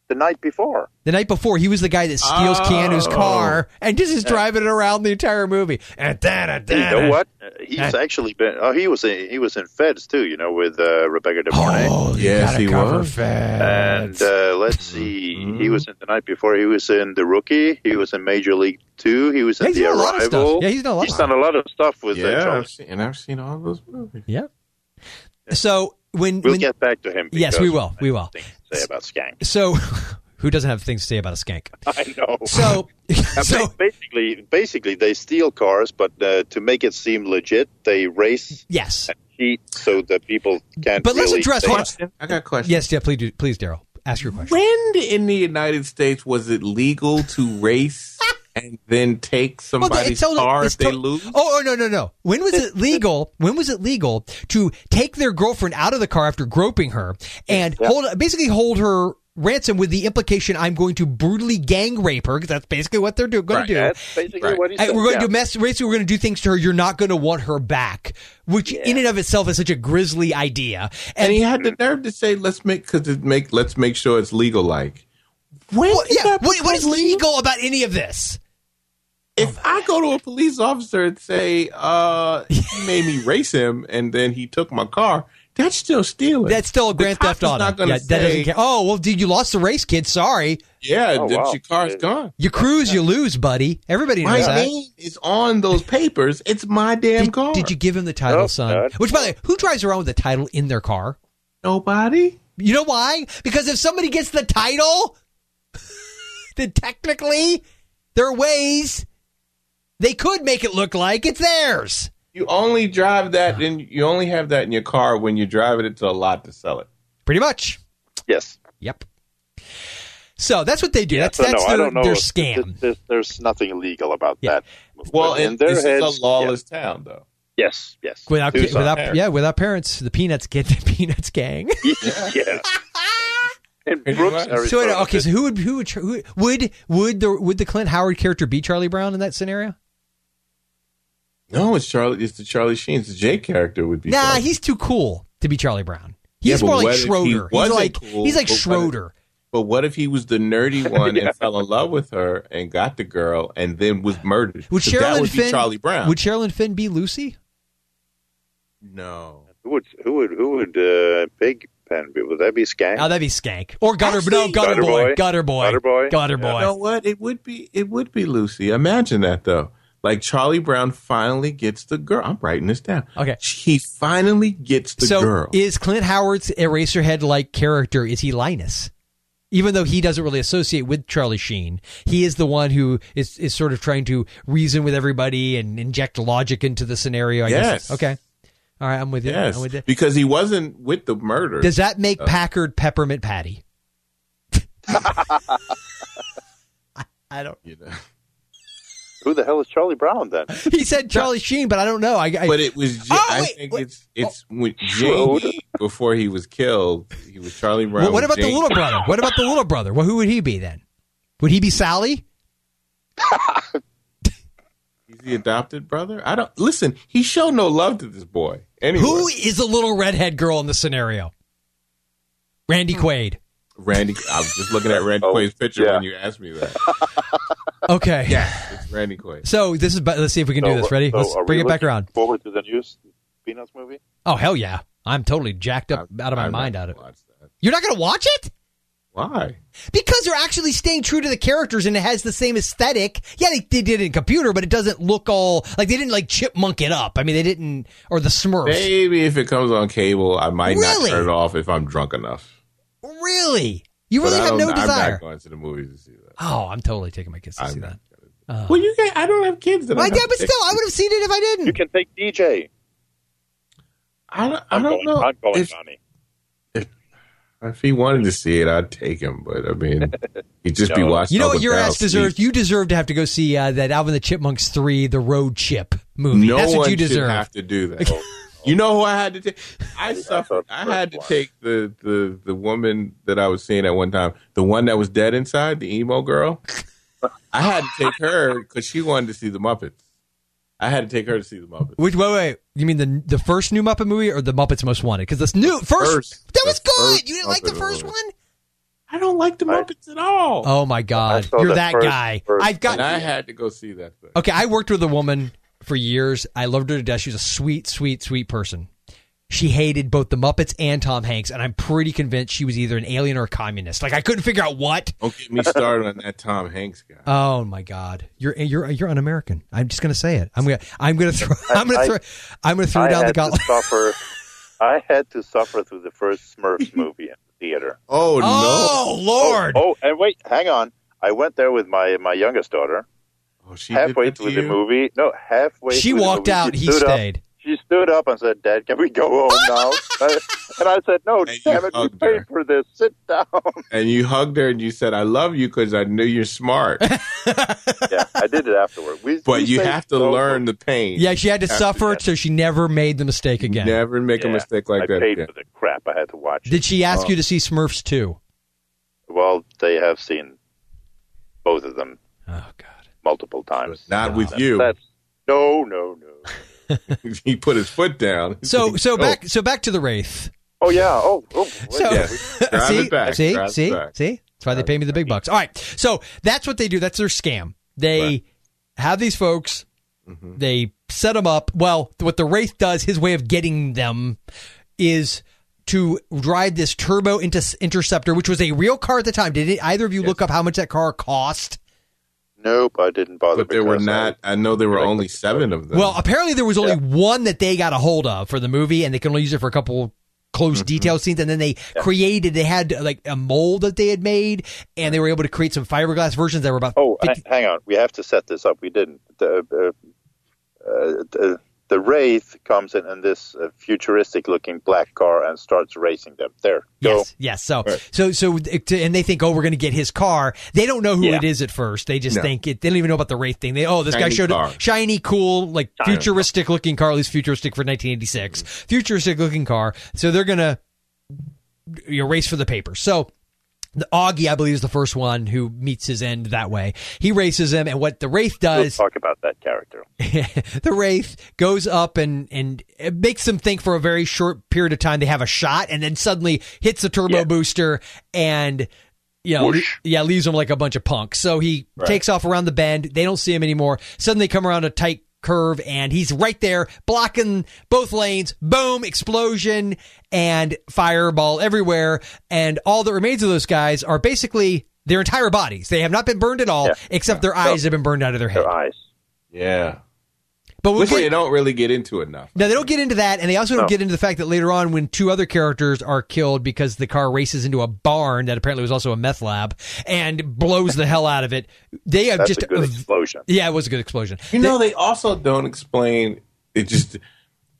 G: the night before.
A: The night before, he was the guy that steals
B: Oh.
A: Keanu's car and just is driving it around the entire movie. And then, and
G: You
A: then-
G: know what? Uh, He's
A: Uh.
G: actually been. Oh, he was in, he was in Feds too. You know, with uh, Rebecca De Mornay.
A: Oh, you
B: Yes,
A: gotta
B: he
A: cover
B: was.
A: Fed.
G: And uh, let's see,
A: Mm-hmm.
G: he was in the night before. He was in the rookie. He was in Major League Two. He was in
A: He's
G: the
A: done a lot of stuff.
G: arrival.
A: Yeah, he's done a lot of
G: He's
A: stuff.
G: done a lot of stuff with uh,
B: Yeah,
G: Charlie.
B: I've seen, and I've seen all those movies.
A: Yeah. So when,
G: We'll
A: when
G: get back to him.
A: Yes,
G: because
A: we will.
G: I
A: We
G: have
A: will.
G: things to Say about Skank.
A: so who doesn't have things to say about a skank?
G: I know.
A: So
G: Uh,
A: so
G: ba- basically, basically, they steal cars, but uh, to make it seem legit, they race
A: yes,
G: cheat so that people can't.
A: but let's
G: really
A: address.
G: say-
A: Hold on.
B: I got a question.
A: Yes, yeah, please, do, please, Daryl, ask your question.
B: When in the United States was it legal to race and then take
A: Oh, that-
B: somebody's
A: it's totally-
B: car
A: it's
B: if they
A: to-
B: lose?
A: Oh, oh, no, no, no. When was it legal? when was it legal to take their girlfriend out of the car after groping her and hold, basically hold her ransom with the implication I'm going to brutally gang rape her because that's basically what they're do, going
B: Right.
A: to do.
G: That's basically
B: Right.
G: what he
A: And
G: said.
A: we're going
G: yeah.
A: to mess, basically, we're going to do things to her. You're not going to want her back, which in and of itself is such a grisly idea.
B: and he had the nerve to say, "Let's make cause it make let's make sure it's legal." Like, when
A: Well,
B: did
A: yeah,
B: that
A: what, what is
B: become
A: legal about any of this? Oh.
B: If I go to a police officer and say, "Uh, he made me race him, and then he took my car," that's still stealing.
A: That's still a
B: The
A: Grand
B: cop
A: Theft
B: is
A: Auto.
B: Not gonna
A: Yeah,
B: say,
A: that doesn't care. Oh well, dude, you lost the race, kid. Sorry.
B: Yeah,
G: Oh,
B: that
G: wow.
B: your car's gone.
A: You cruise, you lose, buddy. Everybody knows
B: My
A: that.
B: name is on those papers. It's my damn
A: Did,
B: car.
A: did you give him the title,
G: Oh,
A: son?
G: God.
A: Which, by the way, who drives around with the title in their car?
B: Nobody.
A: You know why? Because if somebody gets the title, then technically there are ways they could make it look like it's theirs.
B: You only drive that, and you only have that in your car when you're driving it to a lot to sell it.
A: Pretty much.
G: Yes.
A: Yep. So that's what they do. that's
G: So,
A: that's
G: no,
A: their,
G: I don't know.
A: their
G: Th-
A: scam.
G: th- th- there's nothing legal about
A: Yeah.
G: that.
B: Well,
G: But in
B: and
G: their
B: this
G: heads,
B: is a lawless town, though.
G: yeah. Yes. Yes.
A: Without,
B: Who's our
A: without,
B: parents?
A: yeah, without parents, the Peanuts get the Peanuts gang.
G: yeah. in Brooks, Arizona.
A: So wait, okay, so who would who would who, would would the would the Clint Howard character be Charlie Brown in that scenario?
B: No, it's Charlie. It's the Charlie Sheen. It's the Jake character would be.
A: nah,
B: Charlie.
A: he's too cool to be Charlie Brown.
B: Yeah,
A: He's
B: but
A: more
B: what
A: like
B: if he
A: Schroeder. he's
B: wasn't
A: like
B: cool,
A: he's like
B: but what if-
A: Schroeder.
B: But what if he was the nerdy one and fell in love with her and got the girl and then was murdered?
A: Would
B: 'Cause that
A: Sherilyn
B: would
A: Finn
B: be Charlie Brown?
A: Would Sherilyn Finn be Lucy?
B: no.
G: Who would who would who would uh, Big Pen be? Would that be Skank?
A: Oh, that'd be Skank or Gutter. no,
B: Actually-
A: Gutter,
G: Gutter
A: boy,
G: Boy.
A: Gutter boy.
G: Gutter Boy.
A: Gutter
G: Yeah.
A: boy.
B: You know what? It would be. It would be Lucy. Imagine that though. Like Charlie Brown finally gets the girl. I'm writing this down.
A: Okay.
B: He finally gets the
A: so
B: girl.
A: is Clint Howard's Eraserhead like character? Is he Linus? Even though he doesn't really associate with Charlie Sheen, he is the one who is, is sort of trying to reason with everybody and inject logic into the scenario. I guess.
B: Yes.
A: Okay. All right, I'm with you.
B: yes, Uh.
A: I'm with you.
B: because he wasn't with the murder.
A: Does that make Packard Peppermint Patty? I, I don't.
B: you know?
G: Who the hell is Charlie Brown then?
A: He said Charlie Sheen, but I don't know. I, I
B: But it was. J-
A: Oh,
B: I
A: wait,
B: think
A: wait. Oh.
B: it's it's when
G: Schroeder.
B: Jamie before he was killed. He was Charlie Brown.
A: Well, what
B: with
A: about the
B: Jamie.
A: little brother? What about the little brother? Well, who would he be then? Would he be Sally?
B: He's the adopted brother. I don't listen. He showed no love to this boy. Anyway,
A: Who is the little redhead girl in the scenario? Randy Quaid.
B: Randy? I was just looking at Randy
G: Oh,
B: Quaid's picture
G: yeah.
B: when you asked me that.
A: Okay.
B: It's Randy Quaid.
A: So this is. Let's see if we can do this. Ready?
G: So
A: let's
G: are we
A: bring it back
G: looking
A: around.
G: Forward to the news Peanuts movie.
A: Oh hell yeah! I'm totally jacked up out of my
B: I'm not
A: mind out
B: gonna
A: of it.
B: watch that.
A: You're not gonna watch it
B: Why?
A: because they're actually staying true to the characters and it has the same aesthetic. Yeah, they, they did it in computer, but it doesn't look all like they didn't like chipmunk it up. I mean, they didn't or the Smurfs.
B: Maybe if it comes on cable, I might
A: Really?
B: not turn it off if I'm drunk enough.
A: really? You
B: But
A: really
B: I
A: have
B: don't-
A: no
B: I'm
A: desire?
B: not going to the movies to see that.
A: Oh, I'm totally taking my kids to
B: I'm
A: see
B: not
A: that.
B: well, you can I don't have kids. That I
A: My
B: have
A: dad, but
B: to
A: still, I would have seen it if I
G: You
A: didn't.
G: can take DJ.
B: I don't, I
G: I'm
B: don't
G: going,
B: know.
G: I'm going
B: if,
G: Johnny.
B: if he wanted to see it, I'd take him. But I mean, he'd just be
G: No.
B: watching.
A: You know
B: all
A: what
B: the
A: your ass
B: Bowser
A: deserves?
B: Speak.
A: You deserve to have to go see uh, that Alvin and the Chipmunks 3, The Road Chip movie.
B: No
A: That's
B: one
A: what you
B: should
A: deserve.
B: have to do that. you know who I had to take? I suffered.
G: Oh, that's
B: I
G: the
B: had to
G: first
B: take the, the the woman that I was seeing at one time, the one that was dead inside, the emo girl. I had to take her because she wanted to see the Muppets. I had to take her to see the Muppets.
A: Which, wait, wait. You mean the the first new Muppet movie or the Muppets Most Wanted? Because this new first,
B: first-
A: that was
B: the first
A: good. You didn't like the
B: Muppet
A: first
B: movie.
A: one?
B: I don't like the Muppets at all.
A: Oh my God,
G: saw
A: you're
G: the
A: that
G: first-
A: guy.
G: first
A: I've got
B: and I had to go see that thing.
A: Okay, I worked with a woman for years. I loved her to death. She was a sweet, sweet, sweet person. She hated both the Muppets and Tom Hanks, and I'm pretty convinced she was either an alien or a communist. Like I couldn't figure out what.
B: Don't get me started on that Tom Hanks guy.
A: Oh my God, you're you're you're un-American. I'm just gonna say it. I'm gonna I'm gonna throw I'm gonna
G: I-
A: throw I'm gonna throw
G: I
A: down the
G: had to
A: gauntlet.
G: suffer. I had to suffer through the first Smurfs movie in the theater.
B: oh,
A: Oh Lord,
G: Oh, and wait, hang on. I went there with my my youngest daughter.
B: no! Oh, she did
G: halfway
B: that to
G: through the
B: you?
G: movie, no, halfway.
A: she
G: through the
A: walked
G: movie,
A: out.
G: she
A: He
G: stood up-
A: stayed.
G: she stood up and said, "Dad, can we go home now?" Uh, and I said, "No,
B: And you
G: damn it, we
B: hugged
G: paid
B: her.
G: for this. Sit down."
B: and you hugged her and you said, "I love you" because I knew you're smart.
G: yeah, I did it afterward. We,
B: But
G: we
B: you
G: say
B: have to
G: so-
B: learn the pain.
A: Yeah, she had to
B: After
A: suffer, so she never made the mistake again.
B: Never make
G: Yeah,
B: a mistake like
G: I
B: that
G: paid
B: again.
G: for the crap I had to watch.
A: Did she ask
G: Oh.
A: you to see Smurfs too?
G: well, they have seen both of them
A: Oh God.
G: multiple times.
B: Not with
G: That's-
B: you.
G: That's no, no, no.
B: he put his foot down.
A: So so
B: Oh,
A: back so back to the Wraith.
G: Oh yeah. Oh, oh.
A: So-
G: yeah.
B: drive
A: see,
B: it back.
A: see,
B: drive it
A: see,
B: back.
A: see. That's why they pay me the big bucks. All right, so that's what they do. That's their scam. They
B: Right. Mm-hmm.
A: have these folks. They set them up. Well, what the wraith does, his way of getting them, is to drive this turbo inter- interceptor, which was a real car at the time. Did it, either of you look up how much that car cost?
G: Nope, I didn't bother.
B: But there were
G: because I-
B: not. I know there were only seven of them.
A: Well, uh, apparently there was only one that they got a hold of for the movie, and they can only use it for a couple close detail scenes. And then they created, they had uh, like a mold that they had made, and they were able to create some fiberglass versions that were about.
G: Oh,
A: 50
G: ha- hang on. We have to set this up. We didn't. The, uh, uh, the, the Wraith comes in in this uh, futuristic looking black car and starts racing them. There. Go.
A: Yes, yes. So, so, so, to- and they think, oh, we're going to get his car. They don't know who
G: Yeah.
A: it is at first. They just
B: No.
A: think it. They don't even know about the wraith thing. They, oh, this guy
B: Shiny
A: showed
B: car.
A: up, shiny, cool, like futuristic looking car. At least futuristic for 1986, futuristic looking car. So they're gonna you know, race for the paper. So The Augie, I believe, is the first one who meets his end that way. He races him, and what the Wraith
G: We'll
A: does,
G: talk about that character.
A: the Wraith goes up and and it makes them think for a very short period of time they have a shot, and then suddenly hits the turbo
G: Yeah.
A: booster and you know,
G: Whoosh.
A: yeah, leaves them like a bunch of punks. So he takes off around the bend. They don't see him anymore. Suddenly, they come around a tight curve, and he's right there, blocking both lanes. Boom! Explosion and fireball everywhere. And all that remains of those guys are basically their entire bodies. They have not been burned at all,
G: Yeah.
A: except their eyes have been burned out of their head.
G: Their eyes.
B: Yeah.
A: But we'll
B: Which
A: get-
B: they don't really get into enough.
A: Now they don't get into that, and they also don't
G: No.
A: get into the fact that later on, when two other characters are killed because the car races into a barn that apparently was also a meth lab and blows the hell out of it, they have
G: That's
A: just
G: a good
A: ev-
G: explosion.
A: yeah, it was a good explosion.
B: You know, they also don't explain. It just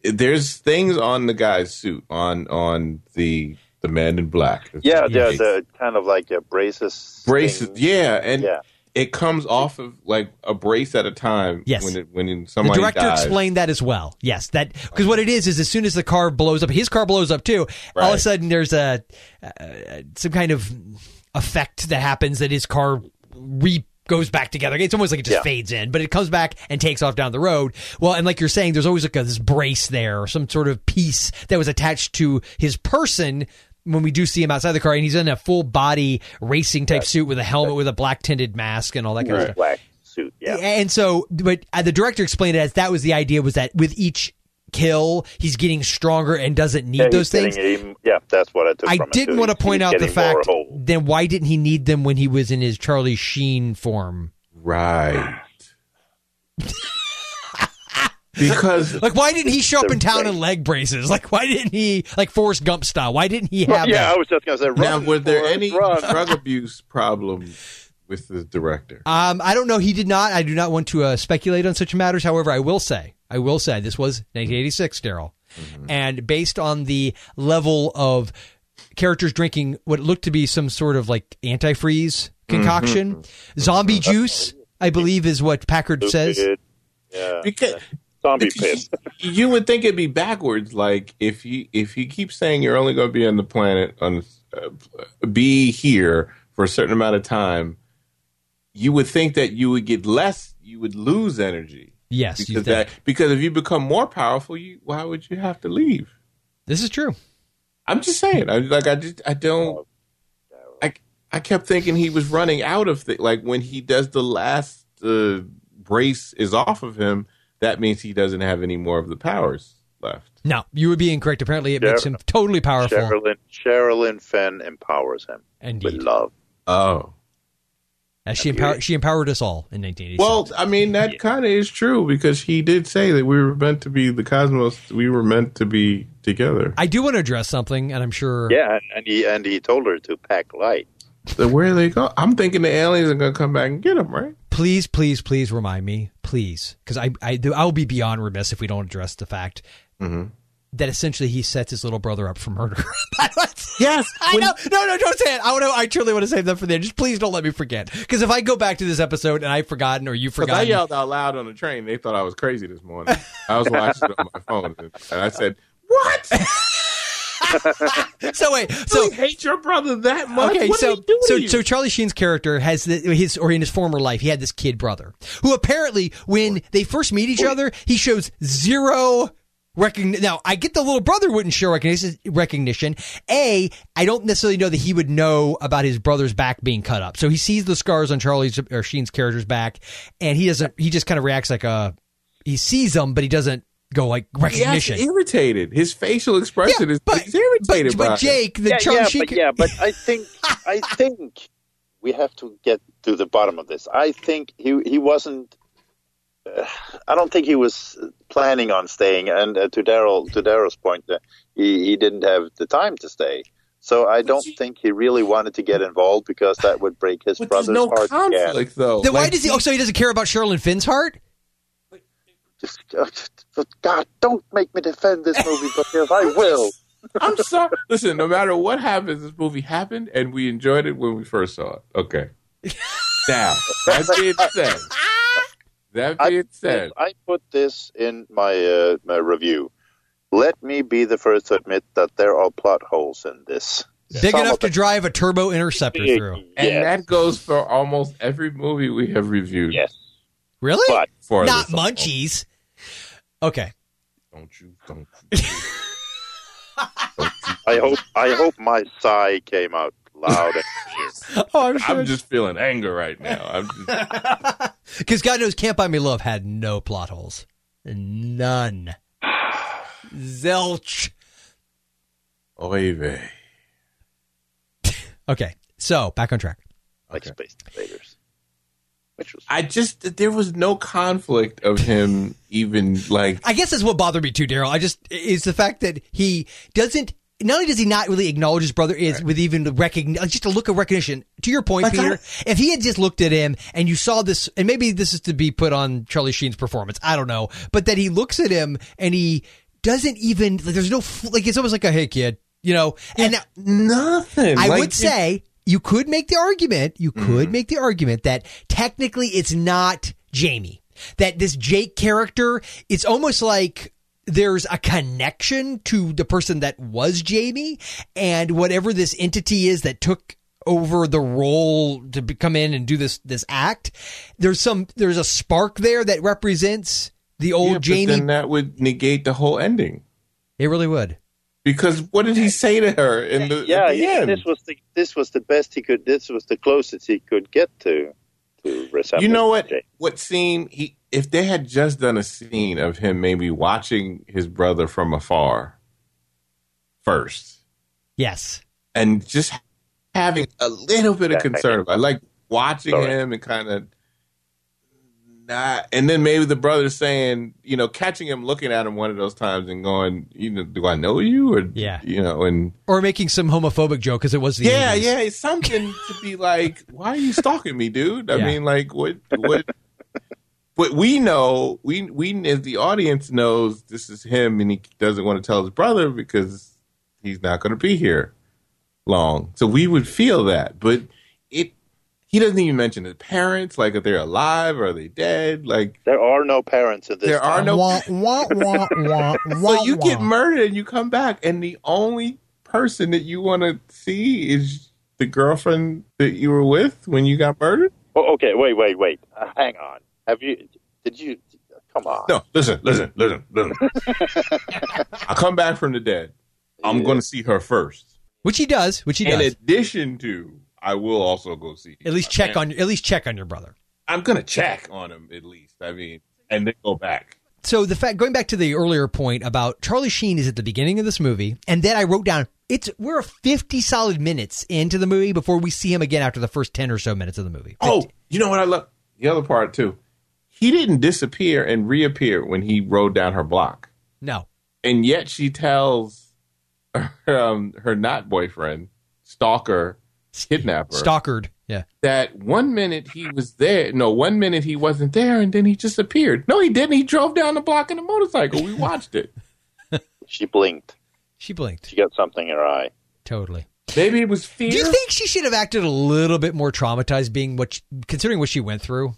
B: there's things on the guy's suit on on the the man in black.
G: Yeah, they're,
B: They-
G: they're kind of like uh, braces.
B: braces.
G: thing.
B: Yeah, and
G: Yeah.
B: it comes off of like a brace at a time.
A: Yes.
B: when it, when
A: The
B: somebody
A: director
B: dies.
A: explained that as well. Yes, that because what it is is as soon as the car blows up, his car blows up too. All of a
B: Right.
A: sudden, there's a uh, some kind of effect that happens that his car re goes back together. It's almost like it just
G: Yeah.
A: fades in, but it comes back and takes off down the road. Well, and like you're saying, there's always like a, this brace there, or some sort of piece that was attached to his person. When we do see him outside the car, and he's in a full body racing type suit with a helmet with a black tinted mask and all that kind of stuff.
G: Black suit. Yeah.
A: And so, but uh, the director explained it as that was the idea was that with each kill, he's getting stronger and doesn't need
G: Yeah, he's
A: those things.
G: getting even- yeah, that's what I took
A: I
G: from it,
A: didn't
G: too.
A: want to
G: He's-
A: point
G: he's
A: out the
G: getting more
A: fact
G: whole.
A: then why didn't he need them when he was in his Charlie Sheen form?
B: right because
A: Like, why didn't he show up
G: They're
A: in town
G: great.
A: in leg braces? Like, why didn't he, like Forrest Gump style, why didn't he have
G: yeah, I
A: that?
G: was just going to say.
B: now
G: run,
B: were there
G: Forrest,
B: any
G: run.
B: drug abuse problems with the director?
A: Um, I don't know. He did not. I do not want to uh, speculate on such matters. However, I will say, I will say this was 1986, Daryl.
B: Mm-hmm.
A: And based on the level of characters drinking what looked to be some sort of like antifreeze concoction,
B: Mm-hmm.
A: zombie juice, I believe is what Packard says.
G: Stupid. Yeah.
B: Because
G: Zombie piss.
B: you would think it'd be backwards. Like if you if you keep saying you're only going to be on the planet on uh, be here for a certain amount of time, you would think that you would get less. You would lose energy
A: Yes, you
B: because
A: think.
B: that because if you become more powerful, you why would you have to leave?
A: This is true.
B: I'm just saying. I like I just I don't. I I kept thinking he was running out of things. Like when he does the last uh, brace is off of him, that means he doesn't have any more of the powers left.
A: No, you would be incorrect. Apparently, it makes
G: Sure.
A: him totally powerful.
G: Sherilyn, Sherilyn Fenn empowers him with
A: Indeed.
G: love.
B: Oh.
A: As she, empower- she empowered us all in 1986.
B: Well, I mean that kind of is true because he did say that we were meant to be the cosmos. We were meant to be together.
A: I do want to address something, and I'm sure.
G: Yeah, and- and he and he told her to pack light.
B: So where they go? I'm thinking the aliens are gonna come back and get him, right?
A: please, please, please remind me, please, because I, I, I'll be beyond remiss if we don't address the fact that essentially he sets his little brother up for murder. yes, I know. No, no, don't say it. I want to. I truly want to save that for the end. Just please don't let me forget, because if I go back to this episode and I've forgotten or you've
B: Because I
A: forgotten,
B: yelled out loud on the train. They thought I was crazy this morning. I was watching it on my phone, and I said, "What?
A: so wait, so
B: you hate your brother that much?
A: Okay,
B: what
A: so
B: did he do
A: so
B: to you?
A: so Charlie Sheen's character has the, his or in his former life he had this kid brother who apparently when they first meet each other he shows zero recognition. Now I get the little brother wouldn't show recognition. Recognition. A I don't necessarily know that he would know about his brother's back being cut up. So he sees the scars on Charlie's or Sheen's character's back, and he doesn't. He just kind of reacts like a he sees them, but he doesn't go like
B: He acts
A: recognition.
B: irritated. His facial
A: Yeah,
B: expression is
A: but,
B: he's irritated
A: but, but
B: by it.
A: Jake, the
G: yeah,
A: Charlie
G: yeah,
A: Sheen,
G: but, yeah, but I think I think we have to get to the bottom of this. I think he he wasn't. Uh, I don't think he was planning on staying. And uh, to Daryl to Daryl's point, uh, he he didn't have the time to stay. So I don't think he really wanted to get involved because that would break his
B: But there's
G: brother's
B: no
G: heart. again.
B: conflict, though.
A: Then why
B: Like,
A: does he? Oh, so he doesn't care about Sherilyn Finn's heart?
G: Just, uh, just- God, don't make me defend this movie because I will.
B: I'm sorry. Listen, no matter what happens, this movie happened, and we enjoyed it when we first saw it. Okay. now, that being said, that
G: I-
B: being said,
G: I put this in my uh, my review. Let me be the first to admit that there are plot holes in this.
A: big
G: Some
A: enough
G: of
A: to
G: it-
A: drive a turbo interceptor through.
B: And
G: Yes,
B: that goes for almost every movie we have reviewed.
G: yes.
A: Really?
G: But
B: For
A: Not
B: this-
A: munchies. Okay.
B: Don't you? Don't you.
G: I hope I hope my sigh came out loud and clear.
A: Oh, I'm
B: I'm just feeling anger right now. I'm just,
A: Because God knows Can't Buy Me Love had no plot holes. None. Zelch.
B: oy vey.
A: Okay. So back on track.
G: like Space Invaders, which was
B: I just there was no conflict of him even like
A: I guess that's what bothered me too, Daryl. I just is the fact that he doesn't. Not only does he not really acknowledge his brother is with even the recognition, just a look of recognition. To your point, Peter, if he had just looked at him and you saw this, and maybe this is to be put on Charlie Sheen's performance, I don't know, but that he looks at him and he doesn't even like. There's no fl- like. It's almost like a hey kid, you know. And now,
B: nothing.
A: I
B: Like, Mm-hmm.
A: would say you could make the argument, you could make the argument that technically it's not Jamie. That this Jake character, it's almost like there's a connection to the person that was Jamie and whatever this entity is that took over the role to be, come in and do this this act. There's some there's a spark there that represents the
B: yeah,
A: old
B: but
A: Jamie.
B: then that would negate the whole ending
A: it really would.
B: because what did he say to her in the
G: yeah,
B: at the
G: yeah.
B: end?
G: This was the this was the best he could. This was the closest he could get to to resemble.
B: you know what?
G: Jay.
B: What scene he? If they had just done a scene of him maybe watching his brother from afar first,
A: Yes.
B: and just having a little bit of concern about, like watching
G: Sorry.
B: him and kind of not, and then maybe the brother saying, you know, catching him looking at him one of those times and going, you know, do I know you or
A: Yeah.
B: you know, and
A: Or making some homophobic joke because it was the
B: yeah,
A: 80s.
B: yeah, it's something to be like, why are you stalking me, dude? I
A: Yeah.
B: mean, like, what, what, what we know, we, we, as the audience knows, this is him, and he doesn't want to tell his brother because he's not going to be here long. So we would feel that, but it, he doesn't even mention his parents, like if they're alive or are they dead, like
G: There are no parents in this.
B: there are no
D: Wah, wah, wah, wah,
B: so you
D: wah,
B: get
D: wah.
B: murdered and you come back, and the only person that you want to see is the girlfriend that you were with when you got murdered.
G: Oh, okay, wait, wait, wait. Uh, hang on. Have you? Did you? Come on.
B: No, listen, listen, listen, listen. I come back from the dead. I'm going to see her first.
A: Which he does, which he
B: In
A: does.
B: addition to, I will also go see.
A: At least check on at least check on your brother.
B: I'm going to check on him at least. I mean, and then go back.
A: So the fact going back to the earlier point about Charlie Sheen is at the beginning of this movie, and then I wrote down it's we're fifty solid minutes into the movie before we see him again after the first ten or so minutes of the movie.
B: Oh, you know what I love? The other part too. He didn't disappear and reappear when he rode down her block.
A: No.
B: and yet she tells her, um, her not boyfriend, stalker, kidnapper,
A: Stalkered. Yeah.
B: that one minute he was there. No, one minute he wasn't there, and then he just appeared. No, he didn't. He drove down the block in a motorcycle. We watched it.
G: She blinked.
A: She blinked.
G: She got something in her eye.
A: Totally.
B: Maybe it was fear.
A: Do you think she should have acted a little bit more traumatized being what she- considering what she went through?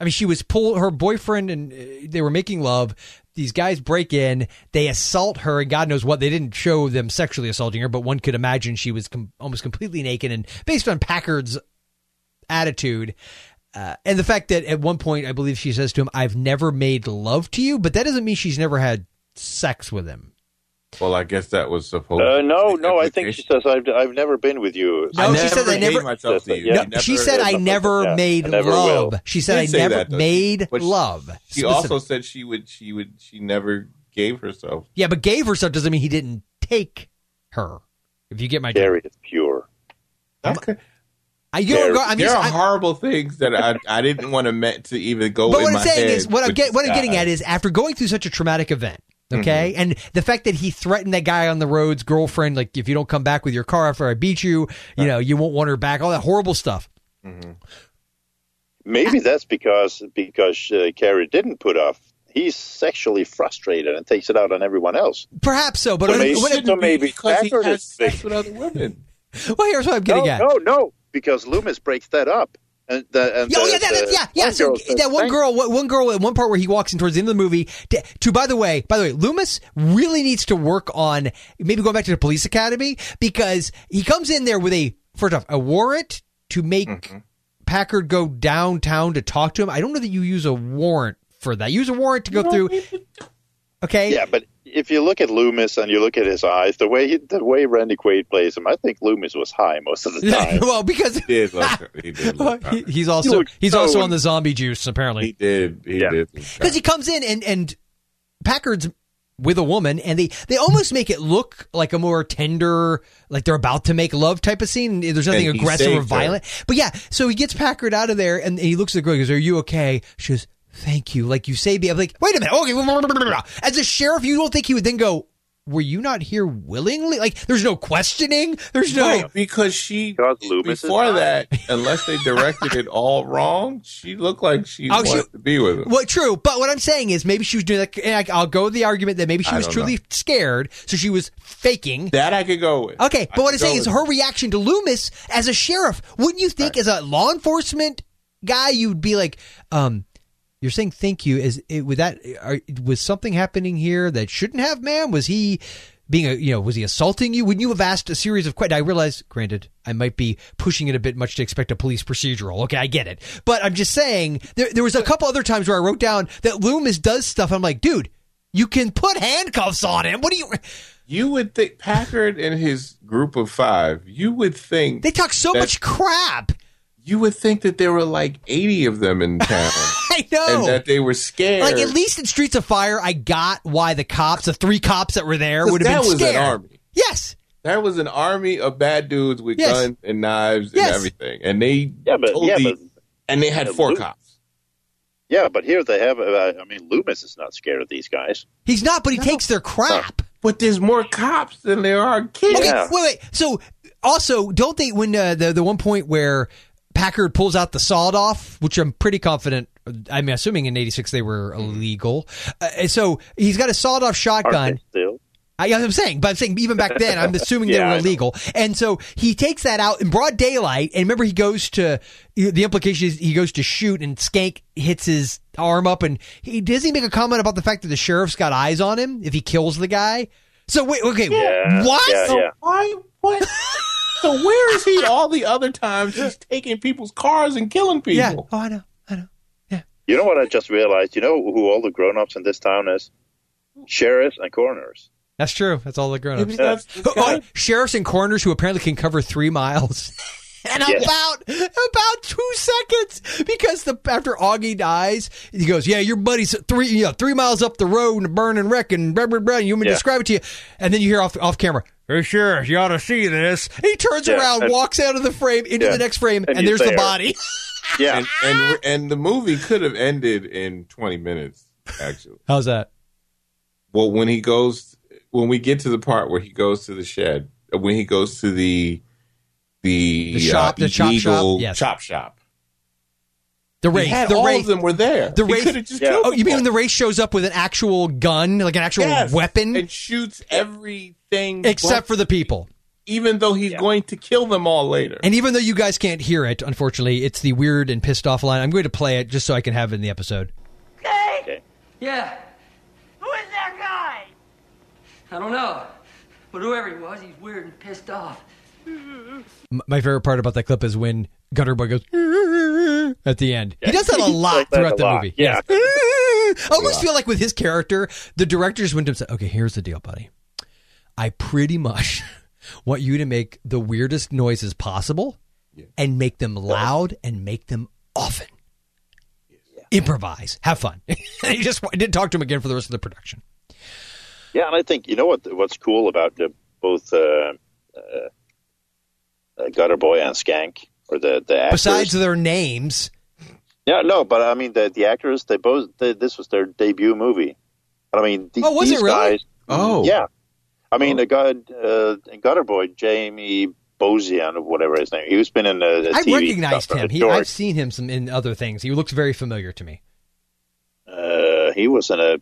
A: I mean, she was pull her boyfriend and uh, they were making love. These guys break in, they assault her, and God knows what. They didn't show them sexually assaulting her, but one could imagine she was com- almost completely naked. And based on Packard's attitude, uh, and the fact that at one point I believe she says to him, "I've never made love to you," but that doesn't mean she's never had sex with him.
B: well, I guess that was supposed.
G: Uh, no, no. I think she says I've I've never been with you.
A: No,
B: I
A: she
B: never
A: said I
B: gave
A: never.
B: myself to you.
G: No,
A: No,
B: I never-
A: she said,
G: did
A: "I
G: something.
A: never
G: Yeah,
A: made
G: I never
A: love."
G: will.
A: She said,
B: She
A: "I
B: did say
A: never
B: that, though.
A: made
B: But she-
A: love."
B: She
A: Specific-
B: also said she would. She would. She never gave herself.
A: yeah, but gave herself doesn't mean he didn't take her. If you get my drift,
G: Gary is pure.
B: Okay.
A: I, you don't
G: Gary-
A: go, I mean,
B: there are
A: I-
B: horrible things that I, I didn't want to meant to even go.
A: but
B: in
A: what
B: my
A: I'm saying
B: head
A: is, what I'm
B: with Mm-hmm.
A: get, what
B: this
A: I'm getting
B: guy.
A: at is, after going through such a traumatic event, okay, and the fact that he threatened that guy on the road's girlfriend, like if you don't come back with your car after I beat you, you know, you won't want her back. All that horrible stuff.
G: Maybe that's because because uh, Carrie didn't put off. He's sexually frustrated and takes it out on everyone else.
A: Perhaps so, but
G: So
A: what I'm-
G: maybe-
A: what I'm-
B: shouldn't
G: So maybe
B: be because he
G: Packard
B: has
G: is
B: sex with other women.
A: well, here's what I'm getting
G: no,
A: at.
G: no, no, because Loomis breaks that up. And the, and
A: Yeah, oh
G: the-
A: yeah, that,
G: the
A: yeah, yeah.
G: one
A: So
G: girl
A: g-
G: says,
A: that one
G: "Thank
A: girl, one one girl, at one part where he walks in towards the end of the movie. To, to by the way, by the way, Loomis really needs to work on maybe going back to the police academy because he comes in there with a first off a warrant to make
G: Mm-hmm.
A: Packard go downtown to talk to him. I don't know that you use a warrant for that. You use a warrant to go through. Okay.
G: Yeah, but if you look at Loomis and you look at his eyes, the way he, the way Randy Quaid plays him, I think Loomis was high most of the time.
A: well, because
B: He did look. He did look.
A: he- he's also
G: look
A: he's
G: so
A: also on
G: in-
A: the zombie juice apparently.
B: He did. He
G: Yeah.
B: did.
A: because he comes in and and Packard's with a woman, and they they almost make it look like a more tender, like they're about to make love type of scene. There's nothing
B: And he
A: aggressive
B: saved
A: or
B: her.
A: violent, but yeah. So he gets Packard out of there, and he looks at the girl. He goes, "Are you okay?" She goes, "Thank you." Like you say, I'm like, "Wait a minute." Okay, blah, blah, blah, blah, blah. as a sheriff, you don't think he would then go, "Were you not here willingly?" Like there's no questioning. There's no.
B: Right, because she
G: Because Loomis is
B: before
G: hot.
B: that, unless they directed it all wrong, she looked like she
A: Oh, she-
B: wanted to be with him.
A: Well, true, but what I'm saying is maybe she was doing that. And I, I'll go with the argument that maybe she
B: I
A: was
B: don't
A: truly scared, so she was faking.
B: That I could go with.
A: Okay,
B: I
A: but what
B: could
A: I'm saying
B: go
A: is
B: with
A: her reaction to Loomis as a sheriff. Wouldn't you think, as a law enforcement guy, you'd be like, um, "You're saying thank you." Is it, with that? Are, was something happening here that shouldn't have, ma'am? Was he being a you know was he assaulting you? Wouldn't you have asked a series of questions? I realize, granted, I might be pushing it a bit much to expect a police procedural. Okay, I get it, but I'm just saying there there was a couple other times where I wrote down that Loomis does stuff. I'm like, dude. You can put handcuffs on him. What do you?
B: You would think Packard and his group of five. You would think
A: They talk so
B: That-
A: much crap.
B: you would think that there were like eighty of them in town,
A: I know.
B: and that they were scared.
A: Like at least in Streets of Fire, I got why the cops, the three cops that were there,
B: 'Cause
A: would have
B: that
A: been
B: was
A: scared.
B: an army.
A: Yes,
B: There was an army of bad dudes with
A: Yes.
B: guns and knives
A: Yes.
B: and everything, and they
G: Yeah, but- yeah,
B: totally-
G: but-
B: and they had
G: Yeah,
B: four
G: Luke-
B: cops.
G: Yeah, but here they have. Uh, I mean, Loomis is not scared of these guys.
A: he's not, but he takes their crap.
B: But there's more cops than there are kids.
A: Okay,
G: Yeah.
A: wait, wait. So also, don't they when uh, the the one point where Packard pulls out the sawed off, which I'm pretty confident. I'm assuming in '86 they were
B: Mm-hmm.
A: illegal. Uh, so he's got a sawed off
G: Aren't
A: shotgun.
G: they still?
A: I, I'm saying, but I'm saying even back then, I'm assuming
G: Yeah,
A: they
G: I
A: were
G: know.
A: illegal. And so he takes that out in broad daylight. And remember, he goes to the implication is he goes to shoot, and Skank hits his arm up, and he does he make a comment about the fact that the sheriff's got eyes on him if he kills the guy. So wait, okay,
G: Yeah,
A: what?
G: yeah, yeah.
B: Why? What? so where is he all the other times? He's taking people's cars and killing
A: Yeah.
B: people.
A: Oh, I know, I know.
G: You know what I just realized? You know who all the grown-ups in this town is? Sheriffs and coroners.
A: That's true. That's all the grown
B: Maybe
A: ups.
B: that's-
A: Oh, sheriffs and coroners who apparently can cover three miles. And
G: Yeah.
A: about about two seconds, because the after Augie dies, he goes, "Yeah, your buddy's three, you know, three miles up the road in a burning wreck, and blah blah blah." You want me to
G: Yeah.
A: describe it to you, and then you hear off off camera, "Hey, sure, you ought to see this." He turns
G: Yeah,
A: around,
G: and-
A: walks out of the frame into
G: Yeah,
A: the next frame, and,
G: and he's
A: there's the
G: there.
A: body.
G: Yeah,
B: And,
J: Ah!
B: and and the movie could have ended in 20 minutes actually.
A: How's that?
B: well, when he goes when we get to the part where he goes to the shed, uh, when he goes to the the,
A: The shop, the chop
B: illegal
A: shop, yes.
B: chop shop.
A: The
B: He
A: race,
B: had
A: the
B: all
A: race.
B: of them were there.
A: the
B: he
A: Wraith-
B: could have just
G: Yeah.
B: killed
A: Oh, you mean when the
B: them
A: race shows up with an actual gun, like an actual
B: all. Yes.
A: weapon,
B: and shoots everything
A: except
B: but-
A: for the people?
B: even though he's going to kill them all later.
A: And even though you guys can't hear it, unfortunately, it's the weird and pissed off line. I'm going to play it just so I can have it in the episode.
G: okay.
J: Yeah. Who is that guy? I don't know. But whoever he was, he's weird and pissed off.
A: M- My favorite part about that clip is when Gutterboy goes at the end. He does that a lot
G: like that
A: throughout
G: a
A: the
G: lot,
A: movie.
G: yeah.
A: Yes. I almost feel like with his character, the directors went to him and said, "Okay, here's the deal, buddy. I pretty much want you to make the weirdest noises possible, and make them loud and make them often." Improvise, have fun. he just I didn't talk to him again for the rest of the production.
G: Yeah, and I think you know what what's cool about the, both uh, uh, Gutter Boy and Skank, or the the actors.
A: Besides their names,
G: yeah, no, but I mean the the actors. They both they, this was their debut movie. And I mean, the,
A: Oh, was it
G: these
A: really?
G: guys.
B: Oh.
G: yeah. I mean, the guy uh, Gutter Boy, Jamie Bozian, or whatever his name. He was been in a, a
A: I
G: TV
A: recognized
G: stuff,
A: him.
G: uh,
A: He,
G: George.
A: I've seen him some in other things. He looks very familiar to me.
G: Uh, he was in a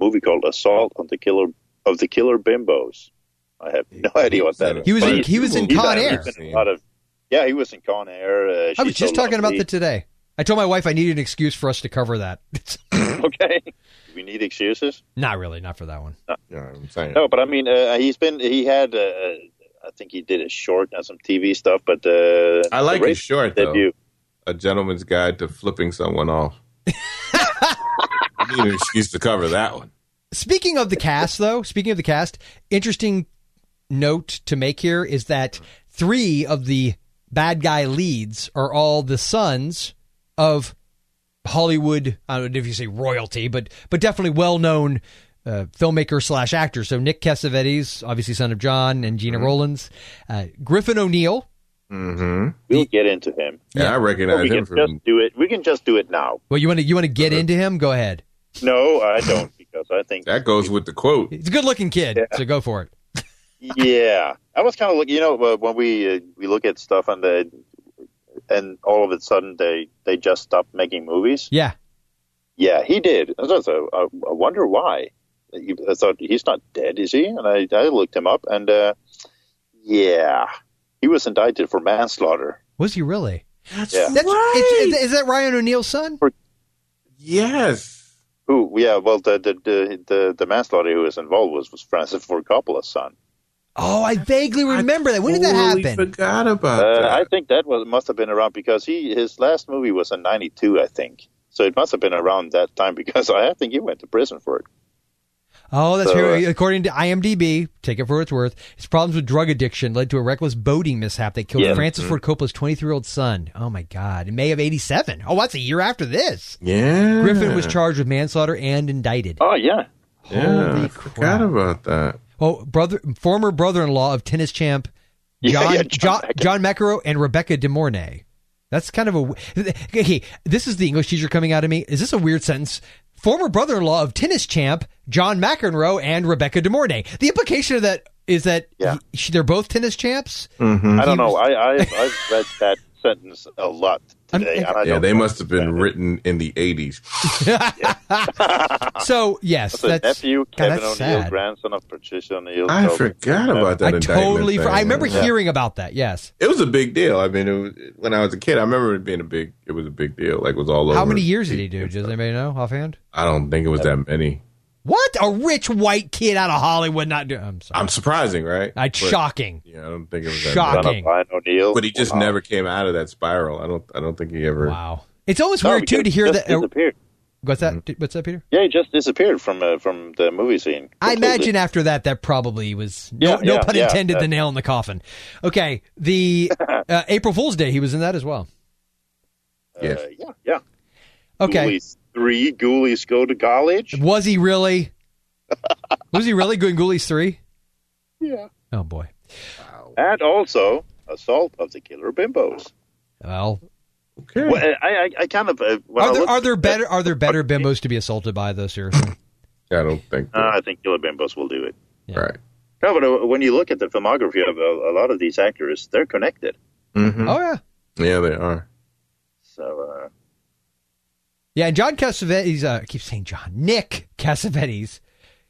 G: movie called Assault on the Killer of the Killer Bimbos. I have no idea what that is.
A: He was in-
G: But
A: he was in
G: he's-
A: Con
G: he's
A: Air.
G: been in a lot of Yeah, he was in Con Air. Uh,
A: I
G: She's
A: was just
G: So
A: talking about
G: Lovely.
A: that today. I told my wife I needed an excuse for us to cover that.
G: okay. Do we need excuses?
A: not really, not for that one.
B: I'm saying.
G: No, but I mean, uh, he's been he had. Uh, I think he did a short and some TV stuff, but uh,
B: I like
G: the
B: his
G: race
B: short though.
G: debut.
B: A gentleman's guide to flipping someone off. I need an excuse to cover that one.
A: Speaking of the cast, though, speaking of the cast, interesting note to make here is that three of the bad guy leads are all the sons of Hollywood. I don't know if you say royalty, but but definitely well known uh, filmmaker slash actor. So Nick Cassavetes, obviously son of John and Gina Rollins, uh, Griffin O'Neill.
B: Mm-hmm.
G: We'll get into him.
B: Yeah, I recognize
G: we
B: him
G: can
B: from.
G: just do it. We can just do it now.
A: Well, you want to you want to get into him? Go ahead.
G: No, I don't, because I think
B: that goes with the quote.
A: He's a good looking kid, so go for it.
G: yeah, I was kind of look. You know, uh, when we uh, we look at stuff and the and all of a sudden they they just stopped making movies.
A: Yeah.
G: Yeah, he did. I, was, uh, I I wonder why. I thought he's not dead, is he? And I, I looked him up, and uh, yeah, he was indicted for manslaughter.
A: Was he really? That's,
G: Yeah.
A: right. It's, is that Ryan O'Neill's son?
B: Yes.
G: Who? Yeah. Well, the the the the, the manslaughter who was involved was was Francis Ford Coppola's son.
A: Oh, I vaguely remember that. When did that happen?
B: Forgot about
G: Uh, I think that was must have been around because he his last movie was in '92, I think. So it must have been around that time because I think he went to prison for it.
A: Oh, that's
G: So,
A: true.
G: uh,
A: According to IMDb, take it for what it's worth, his problems with drug addiction led to a reckless boating mishap that killed
B: Yeah.
A: Francis
B: Mhm.
A: Ford Coppola's 23 year old son. Oh, my God. In May of 87. Oh, that's a year after this.
B: Yeah.
A: Griffin was charged with manslaughter and indicted.
G: Oh yeah.
B: Yeah,
A: Holy
B: I
A: crap.
B: forgot about that.
A: Oh, brother, former brother in law of tennis champ John,
B: yeah,
A: John, John McEnroe and Rebecca De Mornay. That's kind of a. w- Okay, this is the English teacher coming out of me. Is this a weird sentence? Former brother in law of tennis champ John McEnroe and Rebecca De Mornay. The implication of that is that he- they're both tennis champs?
B: Mm-hmm.
G: I don't
A: He
G: know.
A: was-
G: I, I I've read that sentence a lot today. and I
B: Yeah,
G: don't
B: they
G: know.
B: must have been written in the 80s.
A: So, yes,
G: That's a
A: that's.
G: nephew,
A: God,
G: Kevin
A: that's
G: O'Neill,
A: sad.
G: grandson of Patricia O'Neill.
B: I
G: So-
B: forgot about that.
A: I
B: indictment
A: totally.
B: thing.
A: For, I remember
B: Yeah.
A: hearing about that, yes.
B: It was a big deal. I mean, it was, when I was a kid, I remember it being a big. It was a big deal. Like it was all over.
A: How many years did he do? Does anybody know offhand?
B: I don't think it was that many.
A: What? A rich white kid out of Hollywood not doing. I'm sorry.
B: I'm surprising, right?
A: I,
B: But-
A: shocking.
B: Yeah, I don't think it was
A: Shocking.
B: That
G: Ryan O'Neill.
B: many. But he just never came out of that spiral. I don't. I don't think he ever.
A: Wow. It's almost
G: No,
A: weird
G: because
A: too to
G: he
A: hear
G: just
A: that. uh,
G: disappeared.
A: What's that?
G: Mm-hmm.
A: Did- What's that, Peter?
G: Yeah, he just disappeared from uh, from the movie scene.
A: I
G: completely.
A: imagine after that, that probably was no,
G: Yeah,
A: no
G: yeah,
A: pun
G: yeah,
A: intended.
G: yeah.
A: the nail in the coffin. Okay, the uh, April Fool's Day, he was in that as well.
B: Yes.
G: Uh, Yeah, yeah.
A: Okay,
G: Ghoulies three ghoulies go to college.
A: was he really? was he really good in Ghoulies Three?
G: Yeah.
A: Oh boy.
G: And also assault of the killer bimbos.
A: Well,
B: Okay.
G: Well, I, I, I kind of uh, when I
A: Hmm. are there
G: looked-
A: are there better are there better bimbos to be assaulted by though? Seriously,
B: I don't think.
G: Uh, I think killer bimbos will do it.
B: Right.
G: No, but uh, when you look at the filmography of uh, a, a lot of these actors, they're connected.
B: Mm-hmm.
A: oh yeah,
B: Yeah, they are.
G: So uh,
A: yeah. And John Cassavetes, uh, I keep saying John Nick Cassavetes,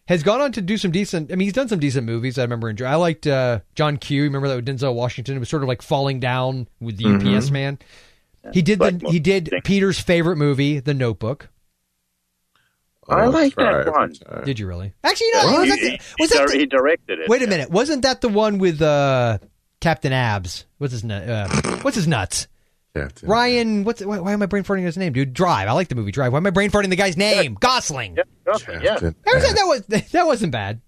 A: has gone on to do some decent. I mean, he's done some decent movies. I remember enjoy. I liked uh, John Q. Remember that with Denzel Washington? It was sort of like falling down with the
G: Mm-hmm.
B: Mhm.
A: UPS man. He did the,
G: Black
A: he did Peter's favorite movie, The Notebook.
G: I
B: Oh,
G: like
B: try
G: that
B: every
G: one.
B: time.
A: Did you really? Actually, no. Was
G: he,
A: that
G: he-
A: the, was
G: he
A: that
G: dir-
A: the-
G: he directed it.
A: wait a minute. Wasn't that the one with uh, Captain Abs? What's his nu- uh, What's his nuts?
B: Captain.
A: Ryan. What's why, why am I brain farting his name, dude? Drive. I like the movie Drive. Why am I brain farting the guy's name? Gosling.
G: Nothing, Oh, Yeah,
B: Captain
A: I was like, that was that wasn't bad.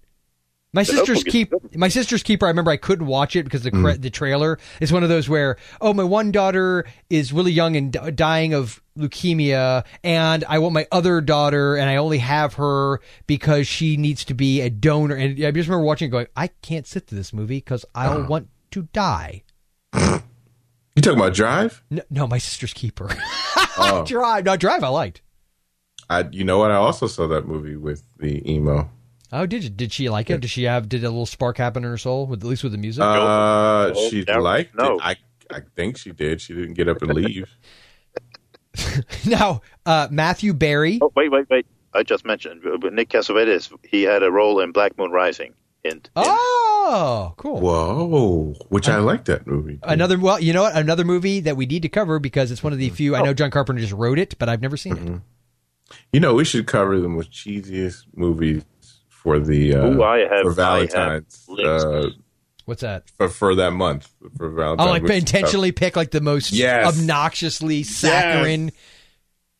A: My
G: Notebook
A: sister's
G: is
A: keep my sister's keeper. I remember I couldn't watch it because the cra- the trailer is one of those where oh my one daughter is really young and d- dying of leukemia, and I want my other daughter, and I only have her because she needs to be a donor. And I just remember watching it going, I can't sit through this movie because I'll want to die.
B: You talking about Drive?
A: No, no my sister's keeper.
B: Oh,
A: drive, no drive. I liked.
B: I. You know what? I also saw that movie with the emo.
A: Oh, did you, did she like it? Did she have did a little spark happen in her soul with at least with the music?
B: Uh, she
G: No.
B: liked
G: No.
B: it. I, I think she did. She didn't get up and leave.
A: now, uh, Matthew Barry.
G: Oh, wait, wait, wait. I just mentioned uh, but Nick Cassavetes. He had a role in Black Moon Rising. Hint.
A: Ah! Oh, cool.
B: Whoa, which I like that movie.
A: Another well, you know what? Another movie that we need to cover because it's one of the few. I know John Carpenter just wrote it, but I've never seen
B: Mm-hmm.
A: it.
B: You know, we should cover the most cheesiest movies for the uh,
G: Ooh, I have-
B: for
G: I have
B: Valentine's uh,
A: What's that?
B: for, for that month for
A: Oh,
B: Valentine's.
A: like
B: which-
A: intentionally pick like the most
B: Yes.
A: obnoxiously saccharine.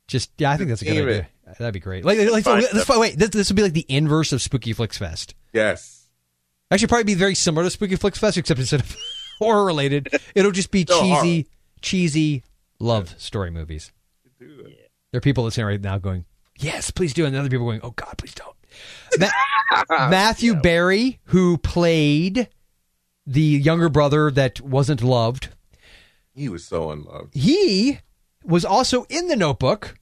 A: Just yeah, I think that's a good
B: Damn it.
A: idea. That'd be great. Like, like
B: Fine.
A: this, wait, this, this would be like the inverse of Spooky Flicks Fest.
B: Yes.
A: Actually, probably be very similar to Spooky Flicks Fest, except instead of horror related, it'll just be
B: Still
A: cheesy, cheesy love story movies. There are people listening right now going, "Yes, please do," and the other people going, "Oh God, please don't." Ma- Matthew Barry, who played the younger brother that wasn't loved,
B: he was so unloved.
A: He was also in the Notebook.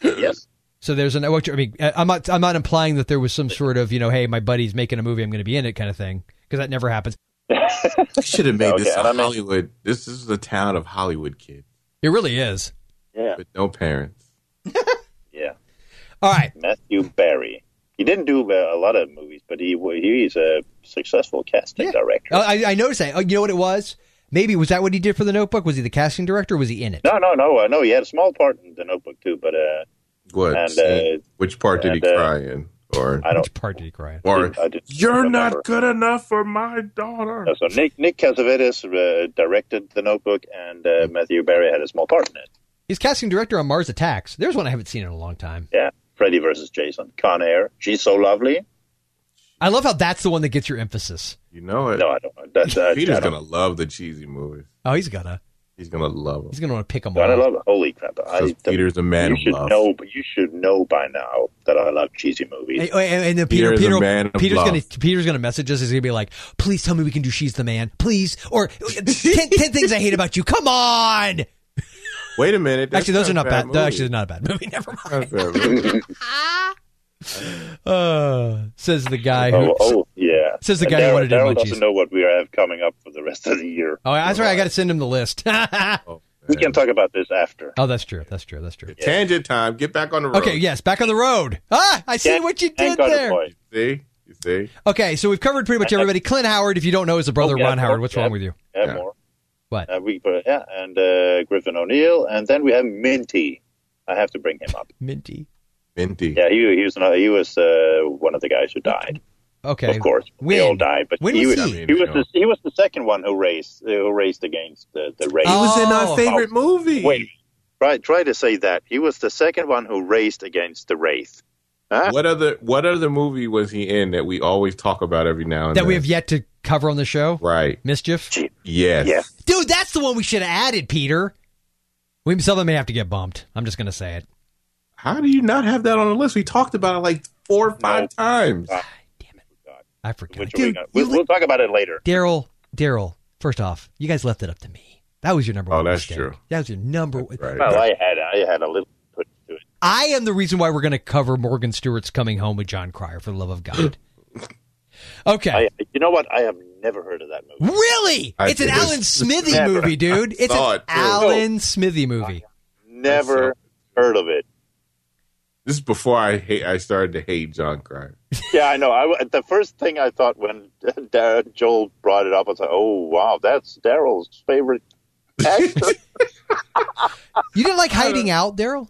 G: Yes.
A: So there's an. I mean, I'm not. I'm not implying that there was some sort of you know, hey, my buddy's making a movie, I'm going to be in it kind of thing because that never happens.
B: You should have made
G: Okay,
B: this
G: and
B: a
G: I mean-
B: Hollywood. This is the town of Hollywood kids
A: It really is.
G: Yeah.
B: with no parents.
G: Yeah.
A: All right.
G: Matthew Barry. He didn't do uh, a lot of movies, but he he's a successful casting director.
A: Uh, I, I noticed that. Oh, you know what it was? Maybe was that what he did for the Notebook? Was he the casting director? Or was he in it?
G: No, no, no. I know he had a small part in The Notebook too, but uh,
B: What?
G: And,
B: see?
G: uh,
B: which part did he
G: and, uh,
B: cry in? Or
G: I don't.
A: Which part did he cry? in?
B: or
G: I just
B: you're
G: remember. Uh,
B: not good enough for my daughter.
G: So Nick Nick Cassavetes uh, directed The Notebook, and
B: Mm-hmm.
G: uh, Matthew Barry had a small part in it.
A: He's casting director on Mars Attacks. There's one I haven't seen in a long time.
G: Yeah, Freddy versus Jason, Con Air. She's so lovely.
A: I love how that's the one that gets your emphasis.
B: You know it.
G: No, I don't know. That, that,
B: Peter's
G: I don't-
B: gonna love the cheesy movies.
A: Oh, he's gonna
B: He's gonna love
A: he's
B: them.
A: gonna want to pick them
G: I don't
A: all.
G: love it. Holy crap! I,
B: Because Peter's a man
G: you
B: of
G: should
B: love.
G: know, but you should know by now that I love cheesy movies.
A: And, and- and then Peter,
B: Peter is a
A: Peter,
B: man of
A: Peter's
B: love.
A: gonna Peter's gonna message us. He's gonna be like, "Please tell me we can do she's the man, please." Or ten, 10 things I hate about you. Come on.
B: Wait a minute. that's
A: actually, those are not
B: a
A: bad.
B: movie.
A: Actually, they're not a bad movie. Never mind.
B: That's not a bad movie.
A: Uh, says the guy who.
G: Oh, oh yeah.
A: Says the
G: And
A: guy who
G: Daryl-
A: wanted to do
G: Daryl
A: my
G: doesn't
A: cheese.
G: know what we have coming up for the rest of the year.
A: Oh, that's right. I got to send him the list. oh,
G: We can talk about this after.
A: that's true. That's true. That's true.
B: Tangent time. Get back on the road.
A: Okay, yes, back on the road. Ah, I see
G: Thank-
A: what you
G: thank
A: did
G: God,
A: there.
G: boy.
B: See? You see?
A: Okay, so we've covered pretty much everybody. Clint Howard, if you don't know, is the brother of
G: Yeah,
A: Ron Howard.
G: oh,
A: What's
G: yeah,
A: wrong with you?
G: Yeah,
B: Yeah.
G: more.
A: What?
G: Uh, we put yeah, and uh, Griffin O'Neill, and then we have Minty. I have to bring him up.
A: Minty.
B: Minty.
G: Yeah, he, he was another, he was uh, one of the guys who died.
A: Okay.
G: Of course,
A: When?
G: we all died, but
A: When
G: he
A: was
G: was,
A: he?
G: he was the, he was the second one who raced uh, who raced against the the race.
A: He was in our Oh.
B: favorite movie.
G: Wait, a minute. try try to say that he was the second one who raced against the wraith. Huh?
B: What other what other movie was he in that we always talk about every now and
A: That
B: then?
A: we have yet to cover on the show.
B: Right.
A: Mischief.
B: Yes.
G: Yeah.
A: Dude, that's the one we should have added, Peter. We something may have to get bumped. I'm just gonna say it.
B: How do you not have that on the list? We talked about it like four or five times.
A: I forgot.
G: Which we
A: Dude,
G: got-
A: you
G: we'll, we'll talk about it later.
A: li- Daryl, Daryl. First off, you guys left it up to me. That was your number
B: Oh,
A: one.
B: that's
A: mistake.
B: true.
A: That was your number one.
B: Right.
G: Well, I had I had a little put to it.
A: I am the reason why we're going to cover Morgan Stewart's Coming Home with John Cryer, for the love of God. Okay.
G: I, you know what? I have never heard of that movie.
A: really?
B: I
A: it's an
B: did.
A: Alan Smithy
G: Never.
A: movie, dude. It's
B: saw
A: an
B: it, too.
A: Alan Smithy movie.
G: Never heard of it.
B: This is before I hate I started to hate John Cryer.
G: Yeah, I know. I w the first thing I thought when Dar- Joel brought it up, I was like, "Oh wow, that's Daryl's favorite actor."
A: You didn't like hiding out, Daryl?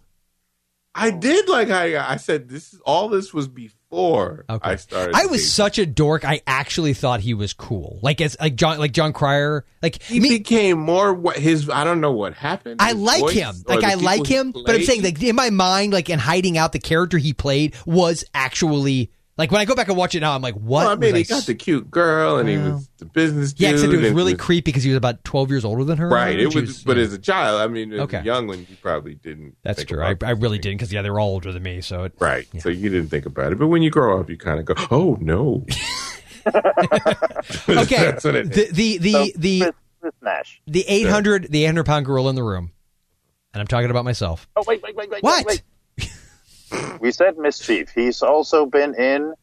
B: I did like I I said this is all this was before
A: Okay.
B: I started.
A: I
B: to
A: was
B: hate-
A: such a dork. I actually thought he was cool. Like as like John like John Cryer. Like
B: he
A: me,
B: became more what his I don't know what happened.
A: I
B: his
A: like
B: voice
A: him.
B: or
A: Like
B: the
A: I
B: people
A: like
B: he
A: him, but I'm
B: played.
A: saying like in my mind, like in hiding out, the character he played was actually like when I go back and watch it now, I'm like, what?
B: Well, I mean,
A: was I
B: he got
A: s-
B: the cute girl, and he was the business dude.
A: yeah, except it was
B: and
A: really creepy because he was about 12 years older than her.
B: Right, it
A: She
B: was, but
A: yeah.
B: as a child, I mean, as
A: Okay.
B: a young one, you probably didn't.
A: that's
B: think
A: true. I,
B: about
A: I
B: these
A: really
B: things.
A: didn't because yeah, they were all older than me. So it,
B: Right, so you didn't think about it, but when you grow up, you kind of go, "Oh no!"
A: okay,
B: That's what it
A: the the the the
G: Chris, Chris Nash.
A: the 800 the 800 pound gorilla in the room, and I'm talking about myself.
G: Oh wait, wait, wait, wait.
A: What?
G: wait, wait. We said mischief. He's also been in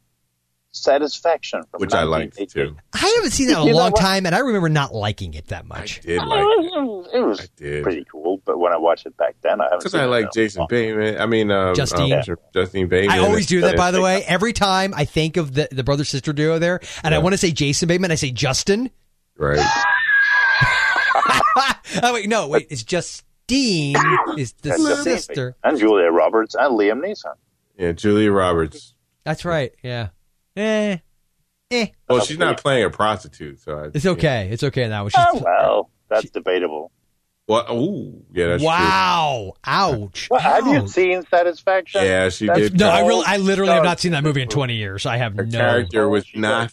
G: Satisfaction, from
B: Which I liked
G: 1988.
B: too.
A: I haven't seen that in a
G: You know
A: long
G: what?
A: time, and I remember not liking it that much.
B: Did
G: It
B: like it.
G: was, it was
B: I did.
G: pretty cool, think, but when I watch it back then, I haven't.
B: Because
G: seen
B: I
G: it
B: like
G: now.
B: Jason Bateman. I mean, um,
A: Justine.
B: um, Justine Bateman.
A: I always do that, by the way. Every time I think of the, the brother sister duo there, and I want to say Jason Bateman, I say Justin.
B: Right.
A: oh wait, no, wait, it's Justine is the
G: And Justin
A: sister.
G: and Julia Roberts and Liam Neeson.
B: Yeah, Julia Roberts.
A: That's right. Yeah. Eh. Eh.
B: Well, she's not playing a prostitute, so I,
A: It's okay. It's okay now. She's,
G: Oh well, that's debatable.
B: Well, ooh, yeah, that's
A: wow. Ouch.
G: Well, have you
A: Ouch.
G: seen Satisfaction?
B: Yeah, she
G: That's-
B: did.
A: No, I
G: No.
A: really, I literally have not seen that movie in twenty years. I have
B: Her
A: no.
B: character was not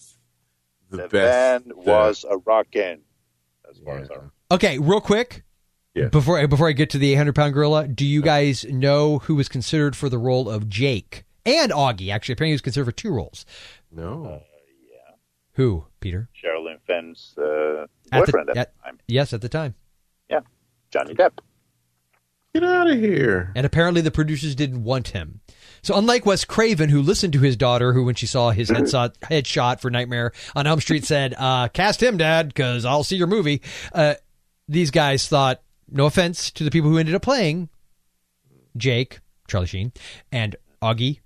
B: the,
G: The
B: best. uh,
G: band was a rockin'. As far as I remember.
A: Okay, real quick.
B: Yeah.
A: Before before I get to the 800 pound gorilla, do you guys know who was considered for the role of Jake and Augie? Actually, apparently he was considered for two roles.
B: No.
A: Who, Peter?
G: Sherilyn Fenn's uh,
A: At the-
G: boyfriend at,
A: at-
G: the time,
A: Yes, at the time.
G: Johnny Depp.
B: Get out of here.
A: And apparently the producers didn't want him. So unlike Wes Craven, who listened to his daughter, who when she saw his headshot, headshot for Nightmare on Elm Street said, uh, "Cast him, Dad, because I'll see your movie." Uh, these guys thought, no offense to the people who ended up playing Jake, Charlie Sheen, and Augie.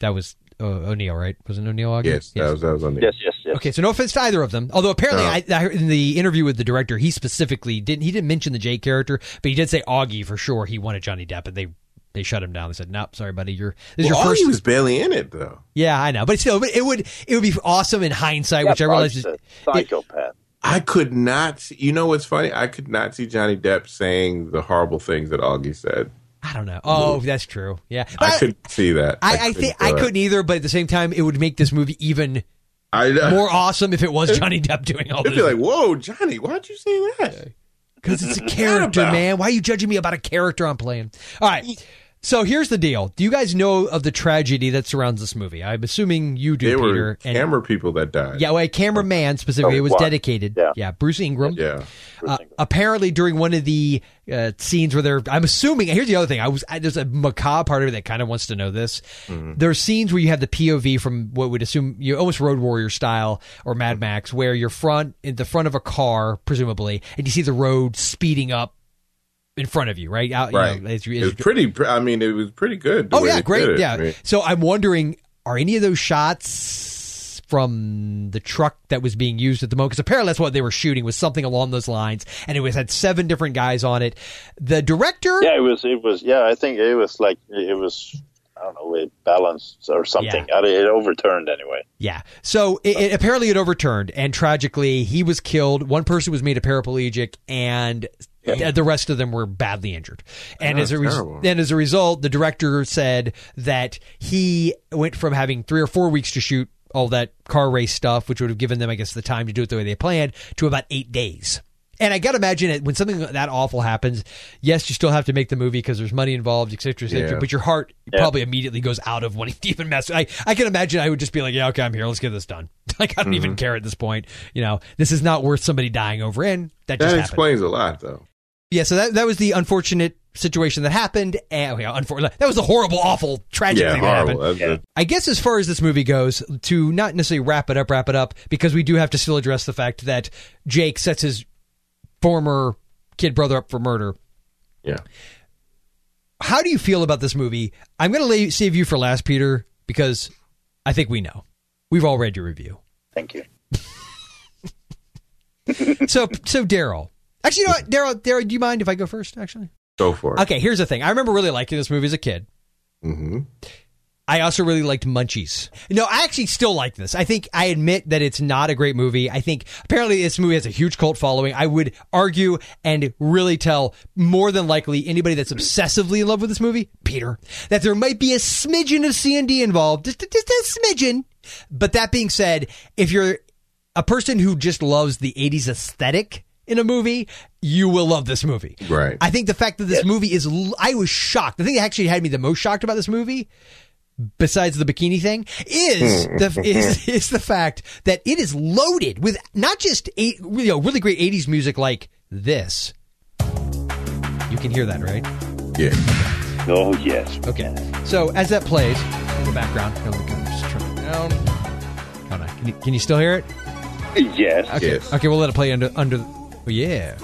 A: That was uh, O'Neill, right? Wasn't O'Neill Augie?
B: Yes, that was that was on the
G: Yes, yes, yes.
A: Okay, so no offense to either of them. Although apparently,
B: No.
A: I, I, heard in the interview with the director, he specifically didn't he didn't mention the Jake character, but he did say Augie for sure. He wanted Johnny Depp, and they they shut him down. They said, "Nope, sorry, buddy, you're this is
B: Well,
A: your
B: Augie
A: first."
B: was barely in it though.
A: yeah, I know, but still, but it would it would be awesome in hindsight, which I
G: Yeah,
A: realize is
G: Boggs is a psychopath.
B: I could not. See, you know what's funny? I could not see Johnny Depp saying the horrible things that Augie said.
A: I don't know. Oh, that's true. Yeah, But
B: I couldn't see that.
A: I, I think I
B: do it.
A: couldn't either, but at the same time, it would make this movie even
B: I
A: more awesome if it was Johnny Depp doing all
B: I'd be
A: this.
B: like, "Whoa, Johnny, why'd you say that?"
A: Because it's a character,
B: about?
A: man. Why are you judging me about a character I'm playing? All right. So here's the deal. Do you guys know of the tragedy that surrounds this movie? I'm assuming you do,
B: They
A: Peter.
B: were
A: and-
B: camera people that died.
A: yeah, well, a cameraman specifically.
G: Oh,
A: it was
G: what?
A: dedicated.
G: Yeah.
A: Bruce Ingram.
B: yeah.
A: Uh, apparently, during one of the uh, scenes where they're, I'm assuming. Here's the other thing. I was I, there's a macabre part of me that kind of wants to know this.
B: Mm-hmm.
A: There's scenes where you have the POV from what would assume you almost Road Warrior style or Mad Max, where you're front in the front of a car, presumably, and you see the road speeding up in front of you, right? Out, you know,
B: Right.
A: as you- as
B: It was
A: you-
B: pretty. pr- I mean, it was pretty good. the
A: Oh
B: way
A: yeah,
B: they
A: great.
B: did it.
A: Yeah.
B: I mean,
A: So I'm wondering, are any of those shots from the truck that was being used at the moment? Because apparently that's what they were shooting was something along those lines, and it was had seven different guys on it. The director,
G: Yeah, it was. It was. Yeah, I think it was like it was. I don't know. It balanced or something. I- It overturned anyway.
A: Yeah. So it, it apparently it overturned, and tragically he was killed. One person was made a paraplegic, and th- the rest of them were badly injured. And as a
B: that's
A: res-
B: terrible.
A: and as a result, the director said that he went from having three or four weeks to shoot all that car race stuff, which would have given them, I guess, the time to do it the way they planned, to about eight days. And I got to imagine it when something that awful happens. Yes, you still have to make the movie because there's money involved, et cetera, et cetera.
B: Yeah.
A: But your heart probably immediately goes out of wanting to even mess. I, I can imagine I would just be like, yeah, okay, I'm here. Let's get this done. Like, I don't
B: Mm-hmm.
A: even care at this point. You know, this is not worth somebody dying over. And that just
B: that
A: happened.
B: explains a lot, though.
A: Yeah, so that, that was the unfortunate situation that happened. And, well, unfor- that was the horrible, awful, tragic
B: Yeah,
A: thing that happened.
B: horrible. That's a-
A: I guess as far as this movie goes, to not necessarily wrap it up, wrap it up, because we do have to still address the fact that Jake sets his former kid brother up for murder.
B: yeah.
A: How do you feel about this movie? I'm going to lay, save you for last, Peter, because I think we know. We've all read your review.
G: Thank you.
A: So, so Daryl. Actually, you know what, Daryl? Daryl, do you mind if I go first? Actually,
B: Go for it.
A: okay. Here's the thing. I remember really liking this movie as a kid.
B: hmm
A: I also really liked Munchies. No, I actually still like this. I think I admit that it's not a great movie. I think apparently this movie has a huge cult following. I would argue and really tell more than likely anybody that's obsessively in love with this movie, Peter, that there might be a smidgen of C and D involved, just, just a smidgen. But that being said, if you're a person who just loves the 80s aesthetic in a movie, you will love this movie.
B: Right.
A: I think the fact that this movie is, l- I was shocked. The thing that actually had me the most shocked about this movie besides the bikini thing is the is, is the fact that it is loaded with not just eight, you know, really great 80s music like this. You can hear that, right?
B: Yeah.
G: Oh yes.
A: Okay. So as that plays in the background, here, let me kind of just turn it down. Hold on. Can you, can you still hear it?
G: Yes.
A: Okay.
B: Yes.
A: Okay, we'll let it play under under. Oh, yeah.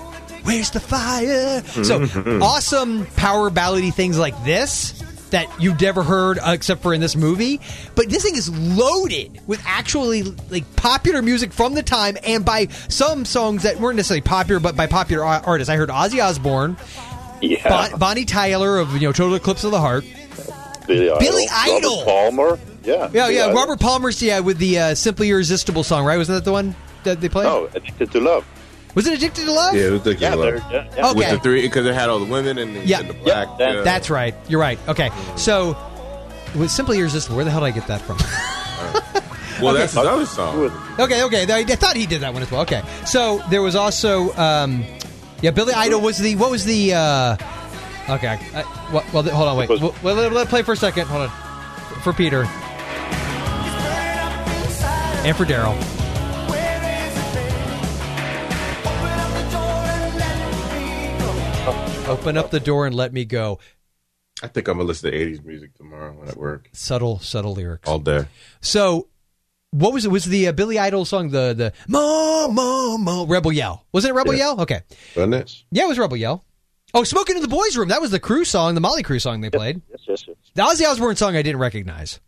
A: Where's the fire? So awesome power ballady things like this that you've never heard uh, except for in this movie. But this thing is loaded with actually like popular music from the time and by some songs that weren't necessarily popular, but by popular ar- artists. I heard Ozzy Osbourne,
G: Yeah.
A: Bon- Bonnie Tyler of you know Total Eclipse of the Heart.
G: Billy Idol.
A: Billy Idol.
G: Robert Palmer. Yeah.
A: Yeah,
G: Billy
A: yeah.
G: Idol.
A: Robert Palmer's yeah with the uh, "Simply Irresistible" song, right? Wasn't that the one that they played?
G: No, Addicted to Love.
A: Was it "Addicted to Love"?
B: Yeah, it was like
G: Oh. Yeah,
B: love.
G: they're- yeah, yeah.
B: with
A: Okay.
B: the three because it had all the women and the,
A: Yeah.
B: and the black. uh,
A: That's right. You're right. Okay, so with "Simply Irresistible," where the hell did I get that from?
B: well, that's his other song.
A: okay, okay. I I thought he did that one as well. Okay, so there was also um, yeah, Billy Idol was the what was the uh, okay? I, well, well, hold on, wait.
G: Was-
A: Well, let, let it play for a second. Hold on for Peter and for Daryl. Open up the door and let me go.
B: I think I'm gonna listen to '80s music tomorrow when I work
A: Subtle, subtle lyrics.
B: all day.
A: So, what was it? Was the uh, Billy Idol song the the mo mo mo Rebel Yell? Wasn't it Rebel
B: Yeah.
A: Yell? Okay,
B: Wasn't it?
A: yeah, it was Rebel Yell. Oh, smoking in the boys' room. That was the crew song, the Molly Crew song they played.
G: Yes, yes, yes.
A: The Ozzy Osbourne song I didn't recognize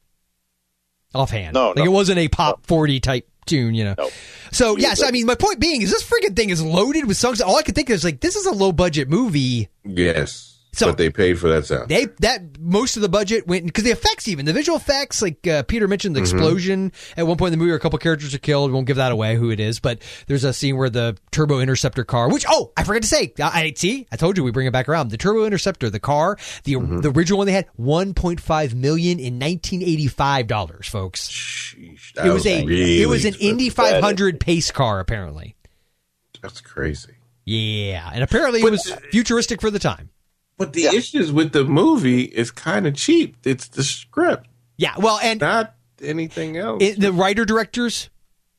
A: offhand.
G: No,
A: like
G: no.
A: it wasn't a pop forty type tune, you know.
G: No.
A: So yeah, so I mean, my point being is this freaking thing is loaded with songs. All I could think of is like this is a low budget movie.
B: Yes,
A: So-
B: but they paid for that sound.
A: They that most of the budget went because the effects, even the visual effects, like uh, Peter mentioned, the
B: Mm-hmm.
A: explosion at one point in the movie, where a couple characters are killed. Won't give that away who it is, but there's a scene where the turbo interceptor car, which oh, I forgot to say, I, I see, I told you we bring it back around. The turbo interceptor, the car, the
B: Mm-hmm.
A: the original one they had, 1.5 million in 1985 dollars, folks.
B: Sheesh, that
A: It was a
B: really
A: it was an
B: expensive.
A: Indy 500 pace car apparently.
B: That's crazy.
A: Yeah, and apparently it
B: But-
A: was futuristic for the time.
B: But the issues with the movie is kind of cheap. It's the script,
A: Yeah, well, and
B: not anything else.
A: in the writer director's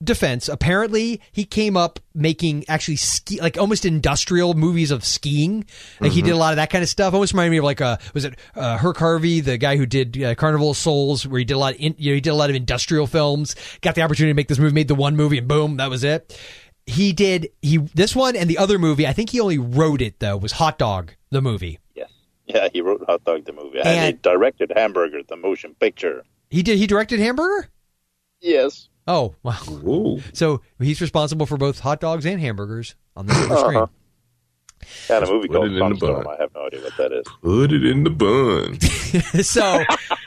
A: defense, apparently he came up making actually ski like almost industrial movies of skiing. Like he did a lot of that kind of stuff. Almost reminded me of like uh was it uh, Herc Harvey, the guy who did uh, Carnival of Souls, where he did a lot. Of in, you know, he did a lot of industrial films. Got the opportunity to make this movie, made the one movie, and boom, that was it. He did he this one and the other movie. I think he only wrote it though. Was Hot Dog the movie?
G: Yes. Yeah, he wrote Hot Dog the movie, and, he
A: And-
G: directed Hamburger the motion picture.
A: He did. He directed Hamburger.
G: Yes.
A: Oh wow!
B: Ooh.
A: So he's responsible for both hot dogs and hamburgers on the silver screen.
G: Had a movie
B: Put
G: called
B: it in the
G: Thunderstorm.
B: bun.
G: I have no idea what that is.
B: Put it in the bun.
A: so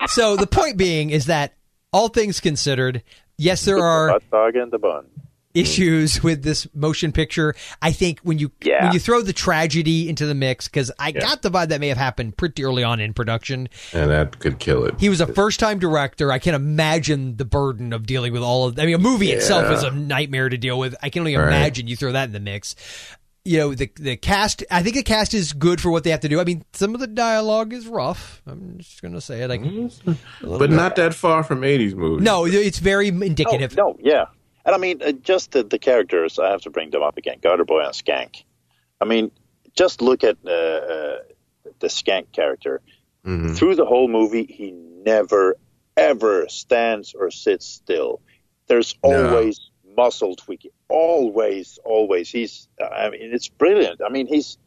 A: so the point being is that all things considered yes there are
G: Hot Dog and the Bun.
A: issues with this motion picture i think when you
G: Yeah.
A: when you throw the tragedy into the mix because i got the vibe that may have happened pretty early on in production
B: and that could kill it.
A: he was a first time director i can't imagine the burden of dealing with all of i mean a movie itself is a nightmare to deal with i can only
B: Right.
A: imagine you throw that in the mix you know the the cast. I think the cast is good for what they have to do. I mean, some of the dialogue is rough. I'm just gonna say it. I
B: but not that far from 80s movies.
A: No, it's very
G: No,
A: indicative.
G: Oh, no, yeah. And I mean, uh, just the, the characters, I have to bring them up again Garter Boy and Skank. I mean, just look at uh, uh, the Skank character.
A: Mm-hmm.
B: Mm-hmm.
G: Through the whole movie, he never, ever stands or sits still. There's always muscle tweaking. Always, always. He's, I mean, it's brilliant. I mean, he's.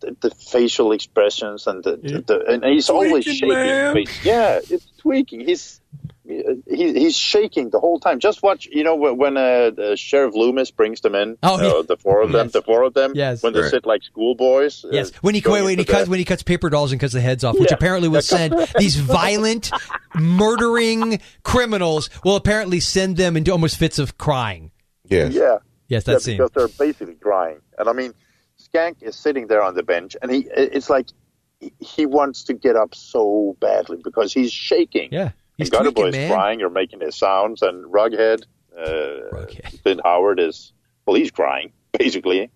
G: The, the facial expressions and the, the, the and he's always
B: Tweaking,
G: shaking.
B: man.
G: his face. Yeah, it's tweaking. He's he, he's shaking the whole time. Just watch, you know, when, when uh, the Sheriff Loomis brings them in,
A: Oh,
G: uh,
A: yeah.
G: the four of them,
A: Yes.
G: the four of them,
A: Yes.
G: when they
B: Right.
G: sit like schoolboys. uh,
A: Yes, when he
G: going
A: when he
G: into
A: cuts
G: the-
A: when he cuts paper dolls and cuts the heads off, which
G: Yeah.
A: apparently would send these violent, murdering criminals will apparently send them into almost fits of crying.
B: Yes.
G: yeah,
A: Yes, that
G: yeah,
A: scene.
G: because they're basically crying. And I mean, Skank is sitting there on the bench, and he it's like he- he wants to get up so badly because he's shaking.
A: Yeah, he's
G: and Gutterboy
A: tweaking,
G: is
A: man.
G: crying or making his sounds, and Rughead, uh,
A: Rughead.
G: Clint Howard is well, he's crying basically.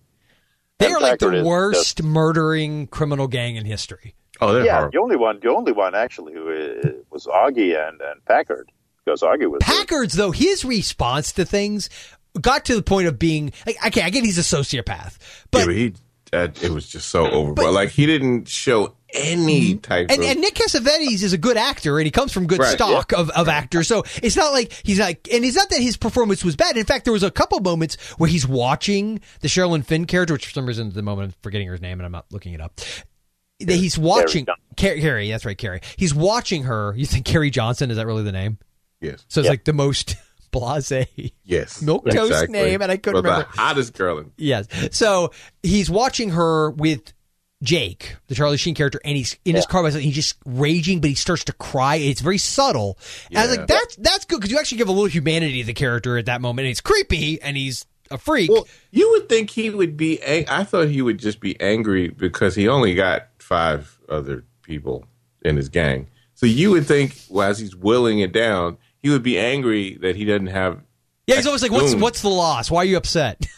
A: They
G: And
A: are like
G: Packard
A: the
G: is just-
A: worst murdering criminal gang in history.
B: Oh, they're
G: yeah, the
B: horrible.
G: only one, the only one actually who uh, was Augie and, and Packard because Augie was
A: Packard's though his response to things got to the point of being like, okay, I get he's a sociopath,
B: Yeah,
A: but
B: but he, that, it was just so overboard. Like, he didn't show any type
A: Mm-hmm. and,
B: of
A: and Nick Cassavetes is a good actor, and he comes from good
B: Right.
A: stock of, of actors. So it's not like he's not, and it's not that his performance was bad. In fact, there was a couple moments where he's watching the Sherilyn Finn character, which for some reason at the moment I'm forgetting her name, and I'm not looking it up. That he's watching Carrie, Carrie. That's right, Carrie. He's watching her. You think Carrie Johnson is that really the name?
B: Yes.
A: So it's
B: Yeah.
A: like the most blasé
B: yes
A: milquetoast
B: exactly.
A: name, and I couldn't
B: Well, the
A: remember.
B: hottest girl in
A: Yes. So he's watching her with Jake, the Charlie Sheen character, and he's in his car by himself. He's just raging, but he starts to cry. It's very subtle. And I was
B: Yeah.
A: like, that's that's good because you actually give a little humanity to the character at that moment. And it's creepy, and he's a freak.
B: You would think he would be. Ang- I thought he would just be angry because he only got five other people in his gang. So you would think, well, as he's willing it down, he would be angry that he doesn't have.
A: yeah, he's always like, what's
B: goons.
A: what's the loss? Why are you upset?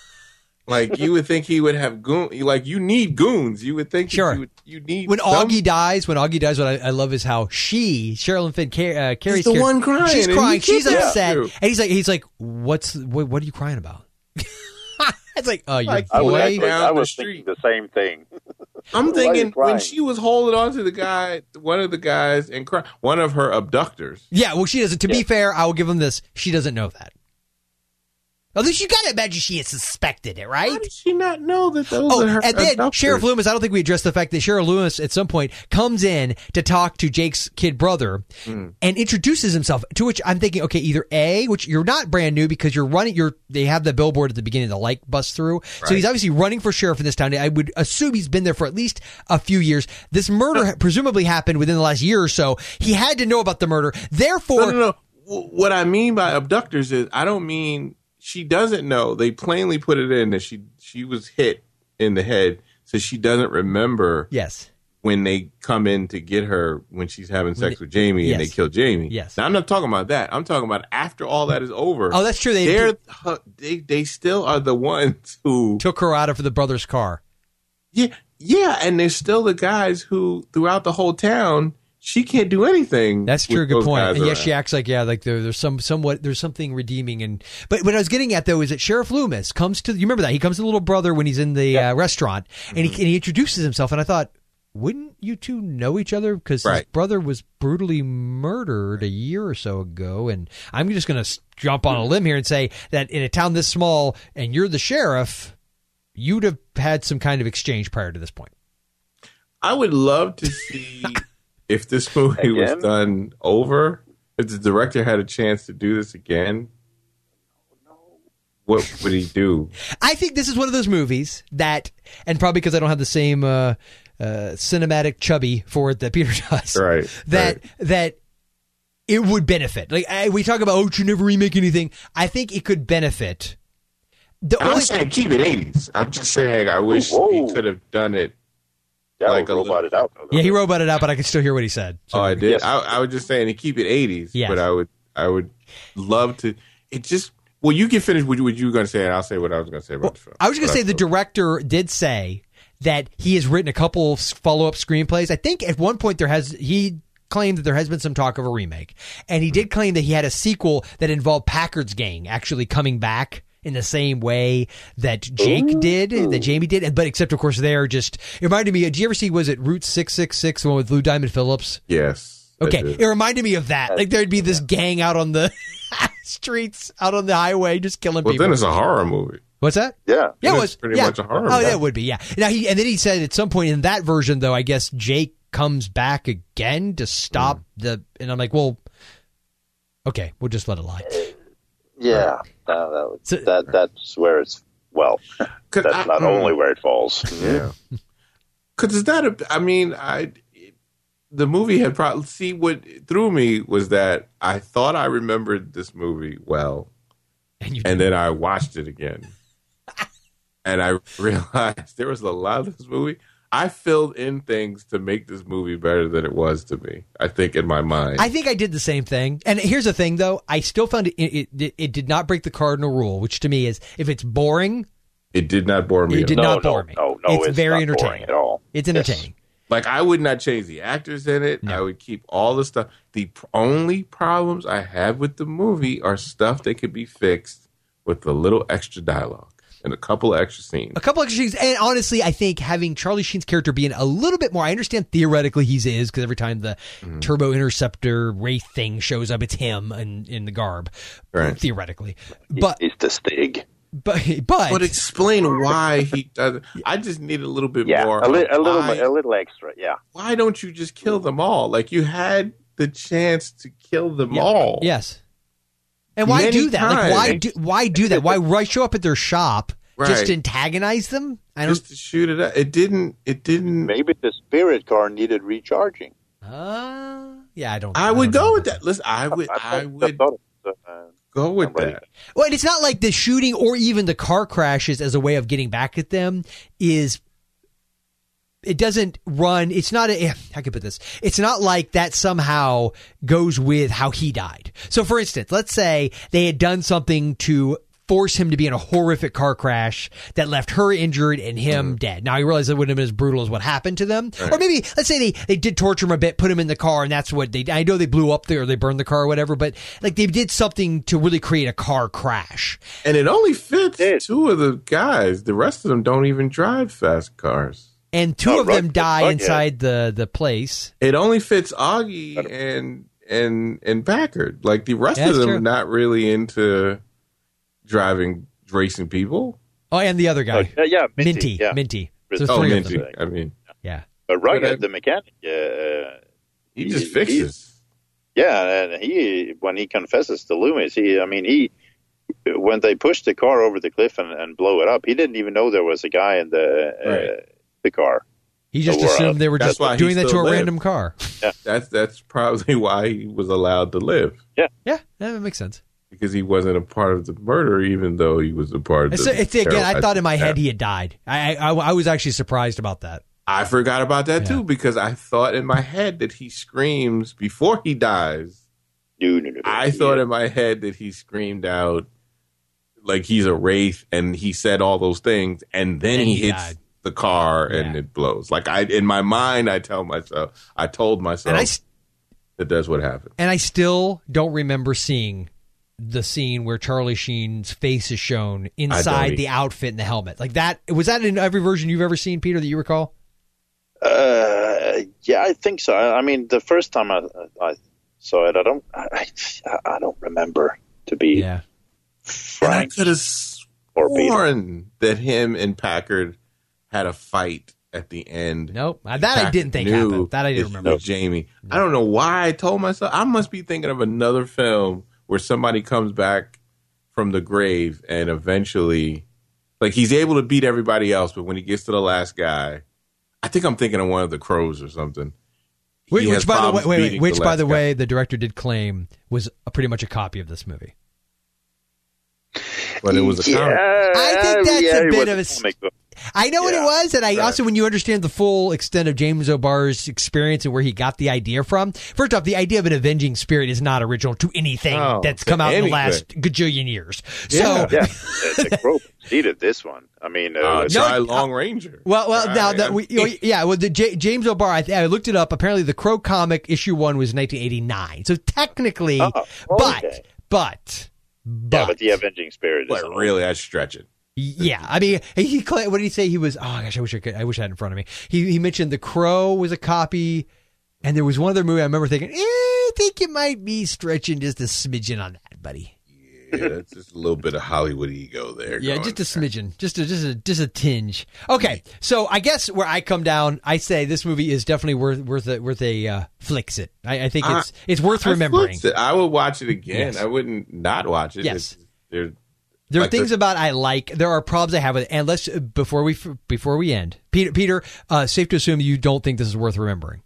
B: Like you would think he would have goon. Like you need goons. You would think. that
A: Sure.
B: You, would, you need
A: when
B: some-
A: Augie dies, when Augie dies, what I, I love is how she, Sherilyn Finn, Car- uh, Carrie's
B: the
A: character-
B: one crying,
A: She's
B: and
A: crying.
B: he
A: She's
B: kidnapped
A: upset,
B: you.
A: and he's like, he's like, what's what, what are you crying about? it's like, oh, your
G: I was,
A: boy.
G: actually, I
B: down the
G: was thinking the same thing.
B: I'm
G: Why are you
B: thinking when
G: crying?
B: she was holding on to the guy, one of the guys, and cry, one of her abductors.
A: Yeah, well, she doesn't. To be fair, I will give him this. She doesn't know that. At least you gotta imagine she has suspected it, right?
B: How did she not know that those
A: Oh,
B: are her
A: and then
B: abductors?
A: Sheriff Loomis. I don't think we addressed the fact that Sheriff Loomis at some point comes in to talk to Jake's kid brother
B: Hmm.
A: and introduces himself. To which I'm thinking, okay, either A, which you're not brand new because you're running. You're they have the billboard at the beginning, the light bus through. So he's obviously running for sheriff in this town. I would assume he's been there for at least a few years. This murder ha- presumably happened within the last year or so. He had to know about the murder. Therefore,
B: No, no, no. W- What I mean by abductors is I don't mean she doesn't know. They plainly put it in that she she was hit in the head, so she doesn't remember
A: yes.
B: when they come in to get her when she's having sex with Jamie and
A: yes.
B: they kill Jamie.
A: Yes.
B: Now I'm not talking about that. I'm talking about after all that is over.
A: Oh, that's true. They-
B: They're, hu- they they still are the ones who
A: took her out of the brother's car.
B: yeah yeah, and there's still the guys who throughout the whole town she can't do anything.
A: That's true.
B: with
A: Good
B: those
A: point.
B: guys
A: And yes,
B: around.
A: she acts like yeah, like there, there's some somewhat there's something redeeming. And but what I was getting at though is that Sheriff Loomis comes to you remember that he comes to the little brother when he's in the uh, restaurant and
B: Mm-hmm.
A: he and he introduces himself. And I thought, wouldn't you two know each other because his
B: Right.
A: brother was brutally murdered a year or so ago? And I'm just gonna s- jump on a limb here and say that in a town this small and you're the sheriff, you'd have had some kind of exchange prior to this point.
B: I would love to see if this movie
G: Again?
B: was done over, if the director had a chance to do this again. What would he do?
A: I think this is one of those movies that, and probably because I don't have the same uh, uh, cinematic chubby for it that Peter does,
B: Right,
A: that
B: right.
A: that it would benefit. Like I, we talk about, oh, you never remake anything. I think it could benefit. The only,
B: keep it eighties. I'm just saying I wish
G: Whoa.
B: he could have done it.
G: That
B: Like
G: like
B: a little-
G: roboted out. a little
A: yeah, he
G: bit.
A: roboted out, but I could still hear what he said.
B: Oh, I did.
G: Yes.
B: I, I was just saying to keep it eighties.
A: Yes.
B: But I would, I would love to. It just well, you can finish what you, what you were going to say, and I'll say what I was going to say about the film.
A: I was going
B: But
A: to say the director did say that he has written a couple follow up screenplays. I think at one point there has he claimed that there has been some talk of a remake, and he
B: Mm-hmm.
A: did claim that he had a sequel that involved Packard's gang actually coming back. In the same way that Jake did, that Jamie did, and but except of course they're just. It reminded me. uh, Do you ever see? Was it Route Six Six Six, the one with Lou Diamond Phillips?
B: yes. I
A: Okay,
B: did.
A: it reminded me of that. Like there'd be this gang out on the streets, out on the highway, just killing
B: Well,
A: people.
B: then it's a horror movie.
A: What's that?
G: Yeah.
A: Yeah, it
B: It's
A: was
B: pretty
A: yeah.
B: much a horror
A: Oh,
B: movie.
A: yeah, it would be. Yeah. Now he and then he said at some point in that version, though, I guess Jake comes back again to stop
G: Hmm.
A: the. And I'm like, well, okay, we'll just let it lie.
G: Yeah. No, that, would-
A: So-
G: that, that's where it's, well,
B: 'Cause
G: that's
B: I-
G: not only where it falls.
B: Yeah. Because it's not a. I mean, I. The movie had probably. See, what threw me was that I thought I remembered this movie well,
A: And you
B: and then I watched it again. and I realized there was a lot of this movie. I filled in things to make this movie better than it was to me, I think, in my mind.
A: I think I did the same thing. And here's the thing, though, I still found it. It, it, it did not break the cardinal rule, which to me is if it's boring,
B: it did not bore me.
A: it
B: at
A: did
B: all.
A: not
G: no,
A: bore me.
G: no, no,
A: it's,
G: it's
A: very
G: not boring
A: entertaining
G: at all.
A: It's entertaining.
B: Like, I would not change the actors in it. I would keep all the stuff. The pr- only problems I have with the movie are stuff that could be fixed with a little extra dialogue. and a couple of extra scenes.
A: A couple extra scenes, and honestly, I think having Charlie Sheen's character being a little bit more—I understand theoretically he's is because every time the
B: Mm-hmm.
A: Turbo Interceptor Wraith thing shows up, it's him in, in the garb,
B: Right.
A: theoretically. But
G: it's the Stig.
A: but but
B: But explain why he doesn't. I just need a little bit
G: Yeah,
B: more.
G: a, li- a little,
B: Why-
G: a little extra. Yeah,
B: why don't you just kill them all? Like you had the chance to kill them all.
A: yes, and why
B: Many
A: do that? Like why
B: times.
A: do why do that? Why why show up at their shop just
B: Right.
A: to antagonize them? I don't.
B: Just to shoot it up. It didn't it didn't
G: maybe the spirit car needed recharging.
A: Uh, yeah, I don't.
B: I
A: don't
B: would
A: know.
B: go with that. Listen, I would I would
G: thought it was, uh,
B: go with
G: Somebody-
B: that.
A: Well, and it's not like the shooting or even the car crashes as a way of getting back at them is. It doesn't run. It's not a. eh, How can I put this? It's not like that somehow goes with how he died. So, for instance, let's say they had done something to force him to be in a horrific car crash that left her injured and him dead. Now, I realize it wouldn't have been as brutal as what happened to them. Or maybe, let's say they, they did torture him a bit, put him in the car, and that's what they, I know they blew up there or they burned the car or whatever, but like they did something to really create a car crash.
B: And it only fits
G: Yeah.
B: two of the guys. The rest of them don't even drive fast cars.
A: And two
G: Oh,
A: of them
G: Rugg-
A: die
G: Rugg, yeah.
A: inside the, the place.
B: It only fits Augie and and and Packard. Like the rest
A: Yeah,
B: of
A: that's
B: them
A: true.
B: are not really into driving racing people.
A: Oh, and the other guy.
G: yeah, uh, yeah, Minty.
A: Minty. Minty.
G: Yeah.
A: So
B: Oh,
A: three of
B: Minty.
A: them.
G: them.
B: I mean,
A: Yeah.
G: But Rugged,
B: But I-
G: the mechanic, uh,
B: he
G: He-
B: just
G: he-
B: fixes.
G: yeah, and he when he confesses to Loomis, he, I mean, he when they pushed the car over the cliff and, and blow it up, he didn't even know there was a guy in the uh,
B: Right.
G: the car.
A: He just
G: Oh, we're
A: assumed
G: out.
A: they were
B: That's
A: just
B: why he
A: doing that to
B: still
A: a
B: lived.
A: random car.
B: That's that's probably why he was allowed to live.
A: Yeah, that makes sense.
B: because he wasn't a part of the murder, even though he was a part of.
A: It's,
B: the
A: it's again. I
B: terror-
A: thought in my head he had died. I, I I was actually surprised about that.
B: I forgot about that
A: Yeah.
B: too because I thought in my head that he screams before he dies.
G: No, no, no, no.
B: I thought in my head that he screamed out like he's a wraith, and he said all those things, and then
A: And
B: he,
A: he
B: hits
A: died.
B: the car and
A: Yeah.
B: it blows. Like I, in my mind, I tell myself, I told myself
A: And I s-
B: that that's what happened.
A: and I still don't remember seeing the scene where Charlie Sheen's face is shown inside
B: either.
A: the outfit and the helmet. Like that was that in every version you've ever seen, Peter, that you recall?
G: Uh, yeah, I think so. I, I mean, the first time I, I saw it, I don't, I, I- I don't remember to be
A: Yeah.
B: And I
G: frank
B: could have
G: or Peter.
B: sworn that him and Packard had a fight at the end.
A: Nope. Uh, That I
B: Packard
A: didn't think
B: knew
A: happened. That I
B: it
A: didn't remember.
B: was Jamie. I don't know why I told myself I must be thinking of another film where somebody comes back from the grave and eventually like he's able to beat everybody else, but when he gets to the last guy, I think I'm thinking of one of the crows or something. He
A: Which,
B: has
A: which by the way,
B: problems
A: wait, wait,
B: beating
A: which by
B: last
A: the
B: guy.
A: way, the director did claim was a, pretty much a copy of this movie.
B: but it was a
G: yeah,
B: comic.
A: uh, I think that's
G: yeah,
A: a
G: it
A: bit
G: was
A: of a s-
G: comic book.
A: I know what it
G: Yeah.
A: was, and I also when you understand the full extent of James O'Barr's experience and where he got the idea from. First off, the idea of an avenging spirit is not original to anything
B: No,
A: that's
B: to
A: come out in
B: anything.
A: the last gajillion years.
B: Yeah.
A: So
G: Yeah, the, the crow needed this one. I mean, uh,
B: Uh,
G: it's-
B: try
A: no,
B: Long Ranger.
A: Well, well, now
B: Try
A: that
B: him.
A: we, oh, yeah, well, the J- James O'Barr, I, I looked it up. Apparently, the Crow comic issue one was 1989. So technically,
G: Oh,
A: but,
G: okay.
A: but, but,
G: yeah, but the avenging spirit is
B: but really I stretch it.
A: yeah, I mean, he cla what did he say? He was. Oh gosh, I wish I could. I wish I had it in front of me. He he mentioned the Crow was a copy, and there was one other movie I remember thinking. Eh, I think you might be stretching just a smidgen on that, buddy.
B: Yeah, that's just a little bit of Hollywood ego there.
A: Yeah,
B: going.
A: just a smidgen, just a just a just a tinge. Okay, so I guess where I come down, I say this movie is definitely worth worth a, worth a uh, flicks it. I, I think
B: I-
A: it's it's worth
B: Uh-huh. I
A: remembering.
B: flipped it. I would watch it again.
A: Yes.
B: I wouldn't not watch it.
A: Yes.
B: It's- there-
A: There are
B: Like
A: things
B: the-
A: about I like. There are problems I have with it. And let's before we before we end, Peter Peter, uh, safe to assume you don't think this is worth remembering.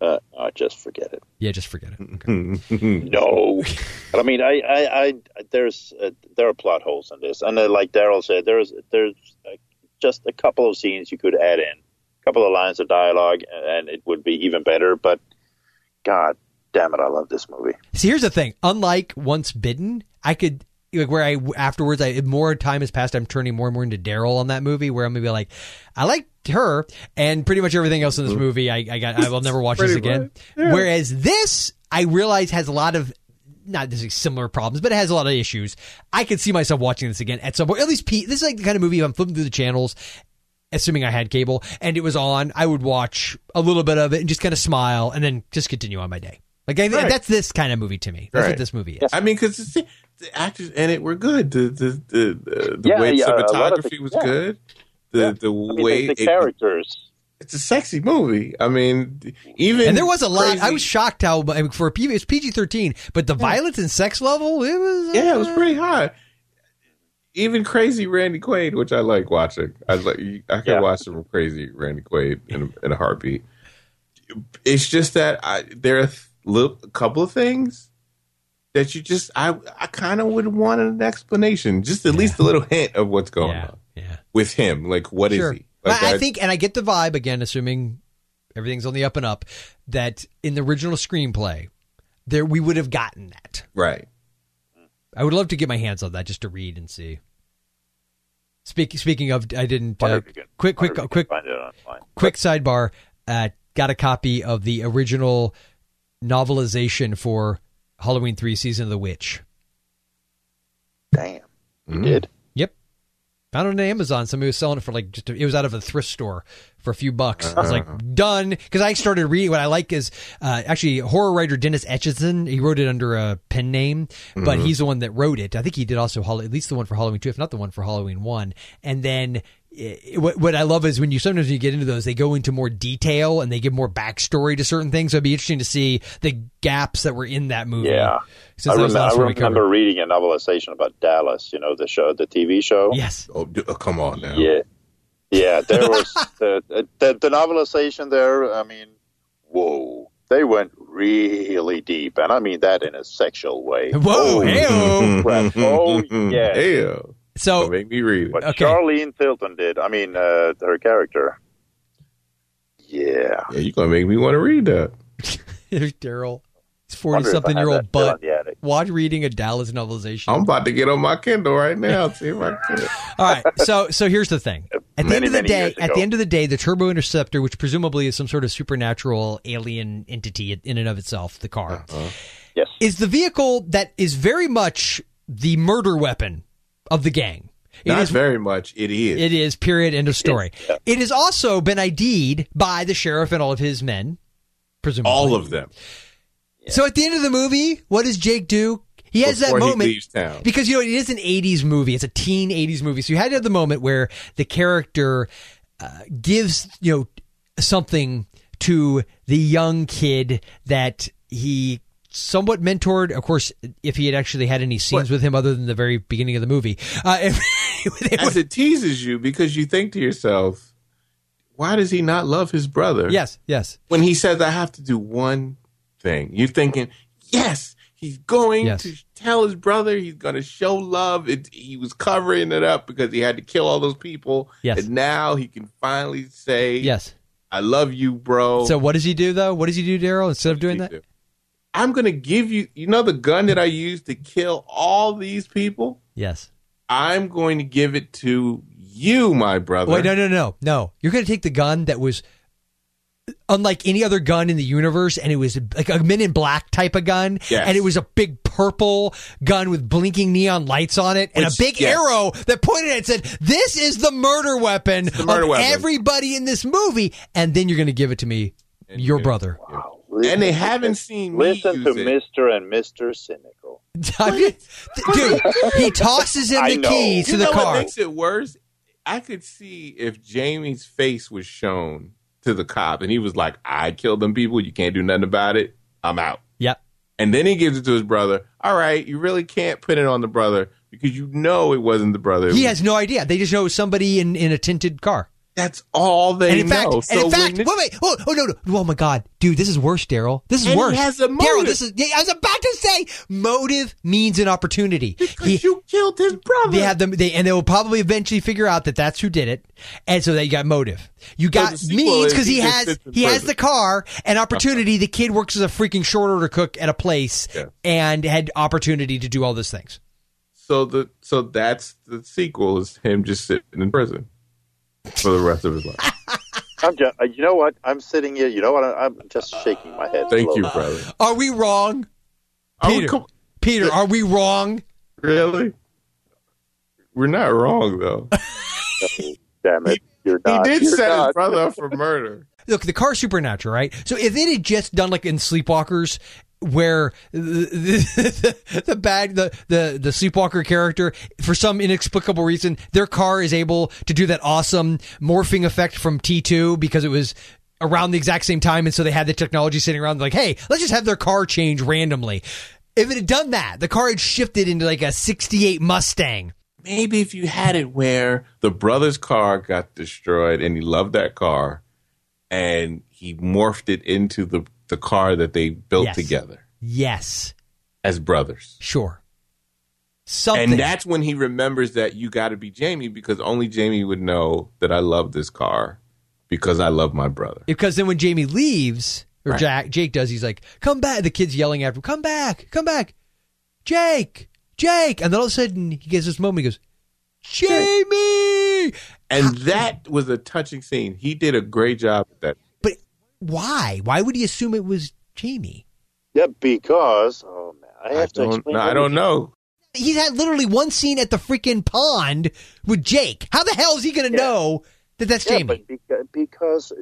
G: uh, I just forget it.
A: Yeah, just forget it. Okay.
G: No, but I mean, I, I, I there's uh, there are plot holes in this, and uh, like Daryl said, there's there's uh, just a couple of scenes you could add in, a couple of lines of dialogue, and it would be even better. But God damn it, I love this movie.
A: See, here's the thing. Unlike Once Bidden, I could like where I afterwards, I more time has passed. I'm turning more and more into Daryl on that movie, where I'm gonna be like, I liked her, and pretty much everything else in this movie, I, I got, I will never watch this
B: Pretty
A: again. Whereas this, I realize has a lot of not necessarily similar problems, but it has a lot of issues. I could see myself watching this again at some point. At least P, this is like the kind of movie if I'm flipping through the channels, assuming I had cable and it was on, I would watch a little bit of it and just kind of smile and then just continue on my day. Like I,
B: Right.
A: that's this kind of movie to me. That's what
B: Right.
A: this movie is.
B: I mean, because the actors in it were good. The the the, the, the
G: Yeah,
B: way
G: yeah, a lot of
B: cinematography
G: the-
B: was
G: yeah.
B: good. The the
G: I mean,
B: way
G: the, the
B: it-
G: characters.
B: it's a sexy movie. I mean, even
A: and there was a lot. I
B: crazy-
A: was shocked how I mean, for a P, it was PG thirteen, but the violence and sex level it was uh,
B: yeah, it was pretty
A: Mm-hmm.
B: high. Even crazy Randy Quaid, which I like watching. I like I can watch some crazy Randy Quaid in a, in a heartbeat. It's just that I, there are little, a couple of things that you just I I kind of would want an explanation, just at least a little hint of what's going on with him. Like what is
A: sure.
B: he?
A: But
B: Like,
A: I, think, and I get the vibe again, assuming everything's on the up and up, that in the original screenplay, there we would have gotten that.
B: right.
A: I would love to get my hands on that just to read and see. Speak, speaking of, I didn't.
G: Wonder
A: Uh,
G: if you could-
A: quick,
G: wonder
A: quick,
G: if you could
A: quick,
G: Find it online.
A: quick sidebar. Uh, got a copy of the original novelization for Halloween Three: Season of the Witch.
G: Damn, you
A: Mm-hmm.
G: did.
A: Yep. Found it on Amazon. Somebody was selling it for like just it was out of a thrift store for a few bucks. I was
G: Uh-huh.
A: like done because I started reading. What I like is uh, actually horror writer Dennis Etchison. He wrote it under a pen name, but
G: Mm-hmm.
A: he's the one that wrote it. I think he did also Hall- at least the one for Halloween two, if not the one for Halloween one. And then eh, what, what I love is when you sometimes when you get into those, they go into more detail and they give more backstory to certain things. So it'd be interesting to see the gaps that were in that movie.
G: Yeah.
A: Mm-hmm. since
G: I,
A: that was
G: remember,
A: the last
G: I
A: one we covered.
G: remember reading a novelization about Dallas. You know the show, the TV show.
A: Yes.
B: Oh, d- oh, come on now.
G: Yeah, yeah. There was the, the the novelization there. I mean, whoa, they went really deep, and I mean that in a sexual way.
A: Whoa.
B: Oh.
A: hey-o.
G: crap. Oh, yeah.
B: Ew.
A: So
B: Don't make me read it.
G: What
A: Okay.
G: Charlene Tilton did. I mean, uh, her character. Yeah.
B: Yeah, you're gonna make me want to read that.
A: There's Daryl. He's forty
G: Wonder if I
A: something
G: have
A: year
G: that
A: old
G: still
A: butt.
G: in the attic.
A: Watch reading a Dallas novelization.
B: I'm about to get on my Kindle right now. See if I can.
A: All right. So so here's the thing. At the
G: Many,
A: end of the
G: many
A: day,
G: years
A: at
G: ago.
A: the end of the day, the Turbo Interceptor, which presumably is some sort of supernatural alien entity in and of itself, the car,
B: Uh-huh.
G: Yes.
A: is the vehicle that is very much the murder weapon of the gang. It
B: Not
A: is-
B: very much. It is.
A: It is, period, end of story. It has also been ID'd by the sheriff and all of his men, presumably.
B: All of them.
A: So at the end of the movie, what does Jake do? He has
B: Before
A: that
B: he
A: moment
B: leaves town.
A: because you know it is an '80s movie. It's a teen '80s movie, so you had to have the moment where the character uh, gives you know something to the young kid that he somewhat mentored. Of course, if he had actually had any scenes with him other than the very beginning of the movie, uh, if-
B: As it teases you because you think to yourself, why does he not love his brother?
A: yes, yes,
B: When he says, I have to do one thing, you're thinking, yes, he's going
A: Yes.
B: to tell his brother he's going to show love. It, he was covering it up because he had to kill all those people.
A: Yes.
B: And now he can finally say,
A: yes.
B: I love you, bro.
A: So what does he do though? Oh. What does he do, Daryl? Instead of doing that,
B: I'm going to give you, you know, the gun that I used to kill all these people?
A: yes.
B: I'm going to give it to you, my brother.
A: Wait, no, no, no, no. You're going to take the gun that was unlike any other gun in the universe, and it was like a Men in Black type of gun,
B: Yes.
A: and it was a big purple gun with blinking neon lights on it, and
B: Which-
A: a big
B: yes.
A: arrow that pointed at it and said, "This is the murder weapon
B: the murder
A: of
B: weapon.
A: everybody in this movie," and then you're going to give it to me, your
B: you're
A: brother.
B: And they haven't seen me
G: Listen to
B: use it.
G: Mister and Mister Cynical.
A: I mean, dude, he tosses him
G: I
A: the
G: know.
A: keys to
B: you
A: the
B: know what
A: car.
B: makes it worse? I could see if Jamie's face was shown to the cop, and he was like, "I killed them people. You can't do nothing about it. I'm out."
A: Yep.
B: And then he gives it to his brother. All right, you really can't put it on the brother because you know it wasn't the brother. It
A: He
B: was-
A: has no idea. They just know it was somebody in, in a tinted car.
B: That's all they
A: And in fact,
B: know.
A: and in
B: when
A: fact,
B: this-
A: wait, wait, oh, oh no, no, oh my God, dude, this is worse, Daryl. This is
B: And he
A: worse.
B: has a
A: Daryl,
B: motive.
A: this is. yeah, I was about to say, motive means an opportunity.
B: because
A: He-
B: you killed his brother.
A: they have them, they, and they will probably eventually figure out that that's who did it, and so they got motive. You got
B: the sequel
A: means
B: is
A: because he
B: he just
A: has
B: sits in
A: he has
B: prison.
A: the car and opportunity. the kid works as a freaking short order cook at a place
B: Yeah.
A: and had opportunity to do all those things.
B: So the so that's the sequel is him just sitting in prison for the rest of his life.
G: I'm just, you know what? I'm sitting here. You know what? I'm just shaking my head.
B: Thank
G: slowly.
B: you, brother.
A: Are we wrong?
B: Are we
A: Peter.
B: com-
A: Peter, are we wrong?
B: Really? We're not wrong though.
G: Damn it. You're
B: He
G: not.
B: did
G: You're
B: set his
G: not.
B: brother up for murder.
A: Look, the car supernatural, right? So if it had just done like in Sleepwalkers, where the the, the, the bad the, the the sleepwalker character for some inexplicable reason their car is able to do that awesome morphing effect from T2 because it was around the exact same time and so they had the technology sitting around like hey let's just have their car change randomly if it had done that the car had shifted into like a 68 Mustang
B: Maybe if you had it where The brother's car got destroyed, and he loved that car, and he morphed it into the the car that they built
A: Yes.
B: together
A: yes
B: as brothers.
A: sure something
B: And that's when he remembers that you got to be Jamie because only Jamie would know that I love this car because I love my brother.
A: Because then when Jamie leaves, or
B: Right.
A: Jack, Jake does, he's like, "Come back!" The kid's yelling after him, "Come back! Come back, Jake! Jake!" And then all of a sudden, he gets this moment. He goes, "Jamie!"
B: And that was a touching scene. He did a great job at that.
A: But why? Why would he assume it was Jamie?
G: Yeah, because oh man, I have to
B: Don't-
G: explain.
B: no, I don't know.
A: He's had literally one scene at the freaking pond with Jake. How the hell is he going to know that that's
G: Yeah,
A: Jamie?
G: but beca- because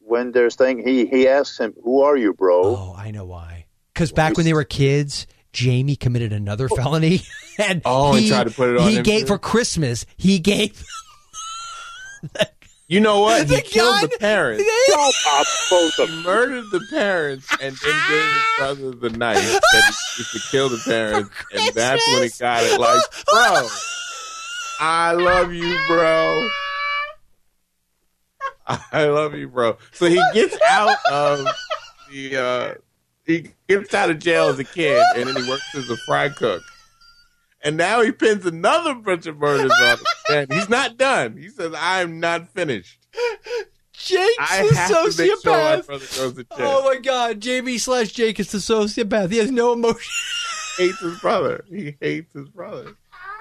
G: when they're saying he he asks him, "Who are you, bro?"
A: Oh, I know why. Because back when they were kids, Jamie committed another felony, and
B: Oh, and
A: he
B: tried to put it on
A: He
B: him,
A: gave
B: too?
A: for Christmas. He gave
B: You know what? He
A: The
B: killed
A: gun-
B: the parents.
G: Shut up, both of
B: He murdered the parents and then gave his brother the knife that he used to kill the parents. And that's when he got it. Like, bro, I love you, bro. I love you, bro. So he gets out of the uh he gets out of jail as a kid and then he works as a fry cook. And now he pins another bunch of murders on him. And he's not done. He says, I am not finished.
A: Jake's
B: I
A: the
B: have to make sure my
A: sociopath.
B: brother goes to jail.
A: oh my god, Jamie slash Jake is the sociopath. He has no emotion.
B: hates his brother. He hates his brother.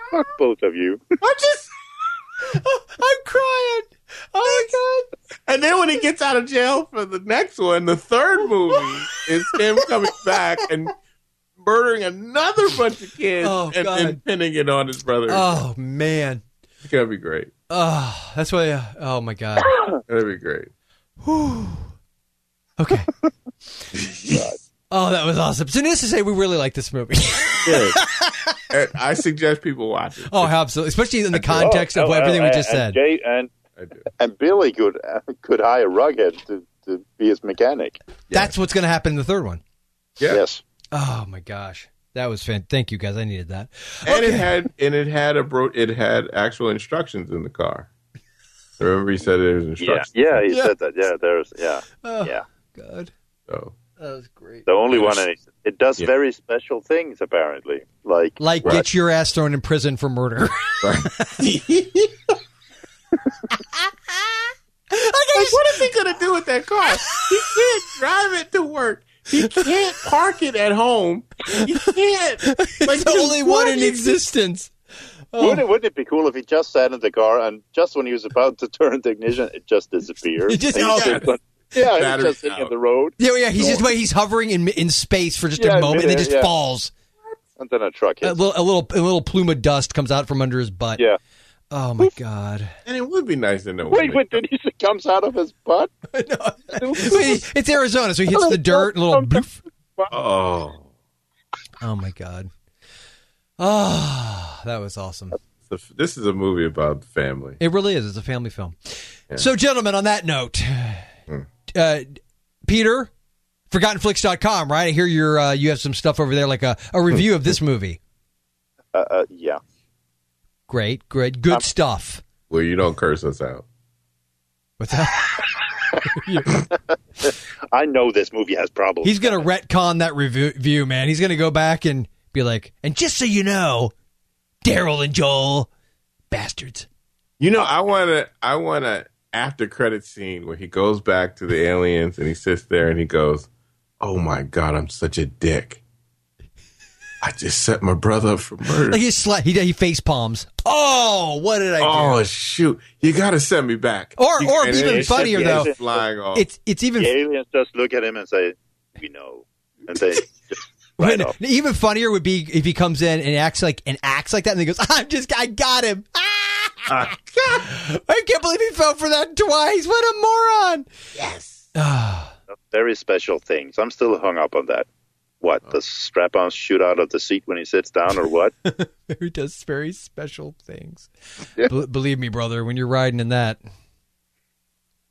G: fuck both of you.
B: I'm just.
A: I'm crying. Oh my god.
B: And then when he gets out of jail for the next one, the third movie is him coming back and murdering another bunch of kids
A: Oh,
B: and then
A: God.
B: pinning it on his brother.
A: Oh man.
B: It's gonna be great.
A: Oh, that's why. Uh, oh my god.
B: That'd be great.
A: Whew. Okay. oh, that was awesome. So needless to say, we really like this movie.
B: Yeah. And I suggest people watch it.
A: oh, absolutely, especially in the context
G: Oh,
A: of
G: oh,
A: everything we
G: and-
A: just
G: and
A: said.
G: Jay- and
B: I do.
G: and Billy could could hire Rughead to, to be his mechanic.
A: That's what's going to happen in the third one.
B: Yeah.
G: Yes.
A: Oh my gosh, that was fan. Thank you guys. I needed that.
B: And it had and it had a bro- it had actual instructions in the car. Remember he said there was
G: Yeah.
B: instructions.
G: Yeah. He
A: Yeah.
G: said that. Yeah. There's. Yeah.
A: Oh
G: Yeah.
A: god,
B: So
A: that was great.
G: The only one. And it- it does
B: Yeah.
G: very special things apparently. Like
A: Like
B: Right.
A: get your ass thrown in prison for murder.
B: Like, what is he gonna do with that car? He can't drive it to work. He can't park it at home. He can't. Like
A: It's the only one in existence. Oh.
G: Wouldn't, it, wouldn't it be cool if he just sat in the car and just when he was about to turn the ignition, it just disappeared?
A: It just-
G: And
A: oh,
G: he
B: yeah.
G: on- yeah, he was
B: Battery's
G: just sitting
B: out.
G: in the road,
A: Yeah, yeah. He's just wait. He's hovering in in space for just
G: Yeah,
A: a moment, and then
G: midair,
A: just
G: yeah.
A: falls.
G: and then a truck
A: A
G: hit.
A: little, a little, a little plume of dust comes out from under his butt.
G: yeah.
A: Oh my god.
B: And it would be nice to know.
G: Wait, wait, then he just comes out of his butt?
A: Wait, it's Arizona, so he hits the dirt and a little bloof.
B: Oh,
A: Oh my god. Ah, that was awesome.
B: So this is a movie about family.
A: It really is. It's a family film. So, gentlemen, on that note, uh, Peter, ForgottenFlix.com, right? I hear you're, uh, you have some stuff over there, like a, a review of this movie.
G: Uh, uh, yeah.
A: Great, great, good stuff.
B: Well, you don't curse us out.
A: What's that?
G: I know this movie has problems.
A: He's going to retcon that review, view, man. He's going to go back and be like, and just so you know, Daryl and Joel, bastards.
B: You know, I want to. I want to after credit scene where he goes back to the aliens and he sits there and he goes, "Oh my god, I'm such a dick. I just set my brother up for murder."
A: Like he, sla- he, he face palms. Oh, what did I do?
B: Oh shoot! You gotta send me back.
A: Or-
B: You-
A: or
B: and
A: even
B: then it's
A: funnier,
B: just
G: though.
B: flying off.
A: It's, it's even
G: the aliens just look at him and say, We know. And they just Right
A: When-
G: off.
A: even funnier would be if he comes in and acts like and acts like that, and he goes, "I'm just, I got him. Ah! I can't believe he fell for that twice. What a moron!" Yes.
G: Very special things. I'm still hung up on that. What
A: Oh.
G: the strap-ons shoot out of the seat when he sits down, or what?
A: Who does very special things? Be- believe me, brother. When you're riding in that,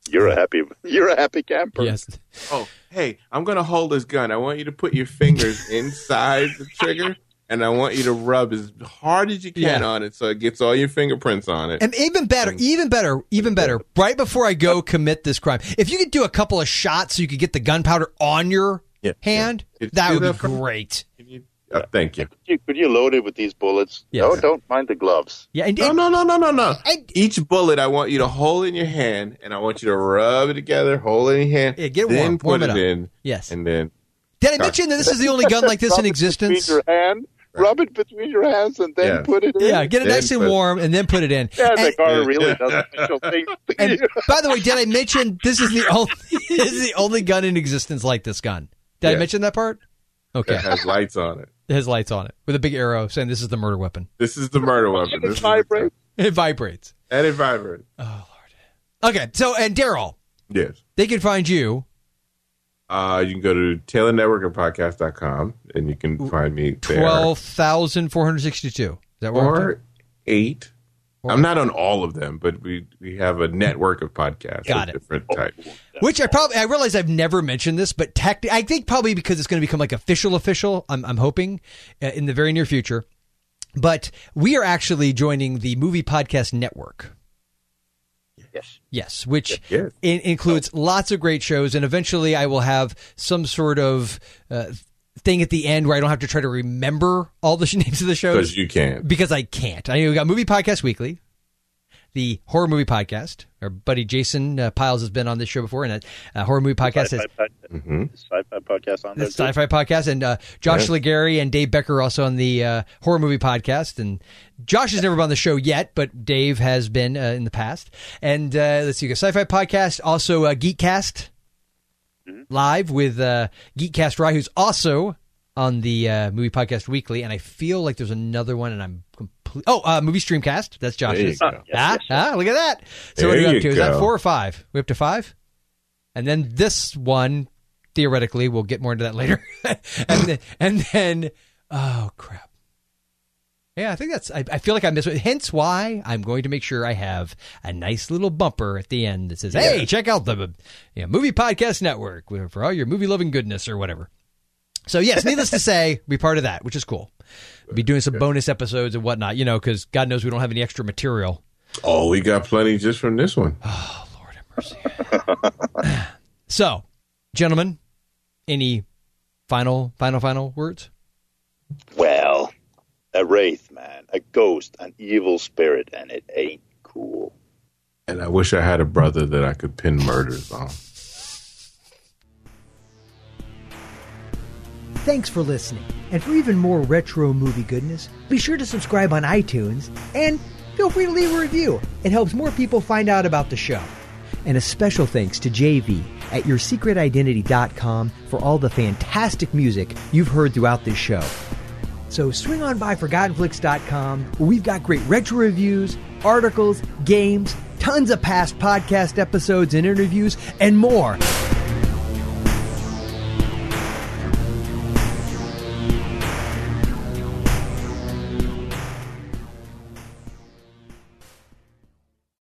G: You're a happy. You're a happy camper.
A: Yes.
B: Oh, hey, I'm gonna hold his gun. I want you to put your fingers inside the trigger, and I want you to rub as hard as you can
A: Yeah.
B: on it so it gets all your fingerprints on it.
A: And even better, even better, even better. Right before I go commit this crime, if you could do a couple of shots so you could get the gunpowder on your hand,
B: Did you
A: that
B: do
A: would be
B: that for-
A: great.
B: Uh, thank you.
G: You, could you load it with these bullets? No, don't mind the gloves.
A: Yeah, and,
B: no, no, no, no, no, no. Each bullet, I want you to hold in your hand, and I want you to rub it together, hold it in your hand,
A: Yeah, get it
B: then
A: warm,
B: put
A: warm
B: it,
A: it up.
B: in,
A: Yes.
B: and then
A: Did I mention that this is the only gun like this in
G: Rub it
A: existence?
G: Between your hand, rub it between your hands, and then
B: Yeah.
G: put it in.
A: Yeah, get it
B: Then
A: nice and
B: put-
A: warm, and then put it in.
G: Yeah, the
A: And-
G: car really does special things.
A: And by the way, did I mention this is the only this is the only gun in existence like this gun? Did I
B: Yes.
A: mention that part? Okay,
B: it has lights on it.
A: it has lights on it with a big arrow saying this is the murder weapon.
B: This is the murder weapon. This is the-
A: It vibrates.
B: and it vibrates.
A: Okay, so and Daryl,
B: Yes.
A: they can find you
B: Uh, you can go to taylornetworkandpodcast.com and you can find me there.
A: twelve thousand four hundred sixty two. Is that what? we're
B: or eight. I'm not on all of them, but we, we have a network of podcasts
A: Got it.
B: of
A: Oh.
B: different types.
A: Which I probably I realize I've never mentioned this, but tech, I think probably because it's going to become like official official. I'm I'm hoping uh, in the very near future. But we are actually joining the Movie Podcast Network.
G: Yes.
A: Yes, which
B: Yes.
A: in- includes lots of great shows, and eventually I will have some sort of uh, thing at the end where I don't have to try to remember all the sh- names of the shows
B: Because you can.
A: because I can't. I know we got Movie Podcast Weekly, the horror movie podcast. Our buddy Jason uh, Piles has been on this show before, and that uh, horror movie podcast
G: Sci-fi
A: is
G: pod-
A: Mm-hmm.
G: sci-fi podcast on there.
A: the sci-fi podcast, and uh, Josh Legary and Dave Becker are also on the uh, horror movie podcast. And Josh has never been on the show yet, but Dave has been uh, in the past. And uh, let's see, you got sci-fi podcast, also uh, Geekcast
B: Mm-hmm.
A: live with uh, Geekcast Rye, who's also on the uh, movie podcast weekly. And I feel like there's another one, and I'm complete. Oh, uh, movie streamcast. That's Josh's.
B: There you go.
A: Ah, ah, look at that. So what are
B: There
A: we
B: you
A: up to? Is that
B: go.
A: four or five? We up to five? And then this one, theoretically, we'll get more into that later. and then, and then, oh crap. Yeah, I think that's. I, I feel like I missed it. Hence why I'm going to make sure I have a nice little bumper at the end that says, "Hey, check out the uh, yeah, movie podcast network for all your movie loving goodness or whatever." So yes, needless to say, be part of that, which is cool. Be doing some bonus episodes and whatnot, you know, because God knows we don't have any extra material.
B: Oh, we got plenty just from this one.
A: Uh. So, gentlemen, any final, final, final words?
G: Well, a wraith, man, a ghost, an evil spirit, and it ain't cool.
B: And I wish I had a brother that I could pin murders on.
K: Thanks for listening. And for even more retro movie goodness, be sure to subscribe on iTunes and feel free to leave a review. It helps more people find out about the show. And a special thanks to JV at yoursecretidentity.com for all the fantastic music you've heard throughout this show. So swing on by ForgottenFlix.com where we've got great retro reviews, articles, games, tons of past podcast episodes and interviews, and more.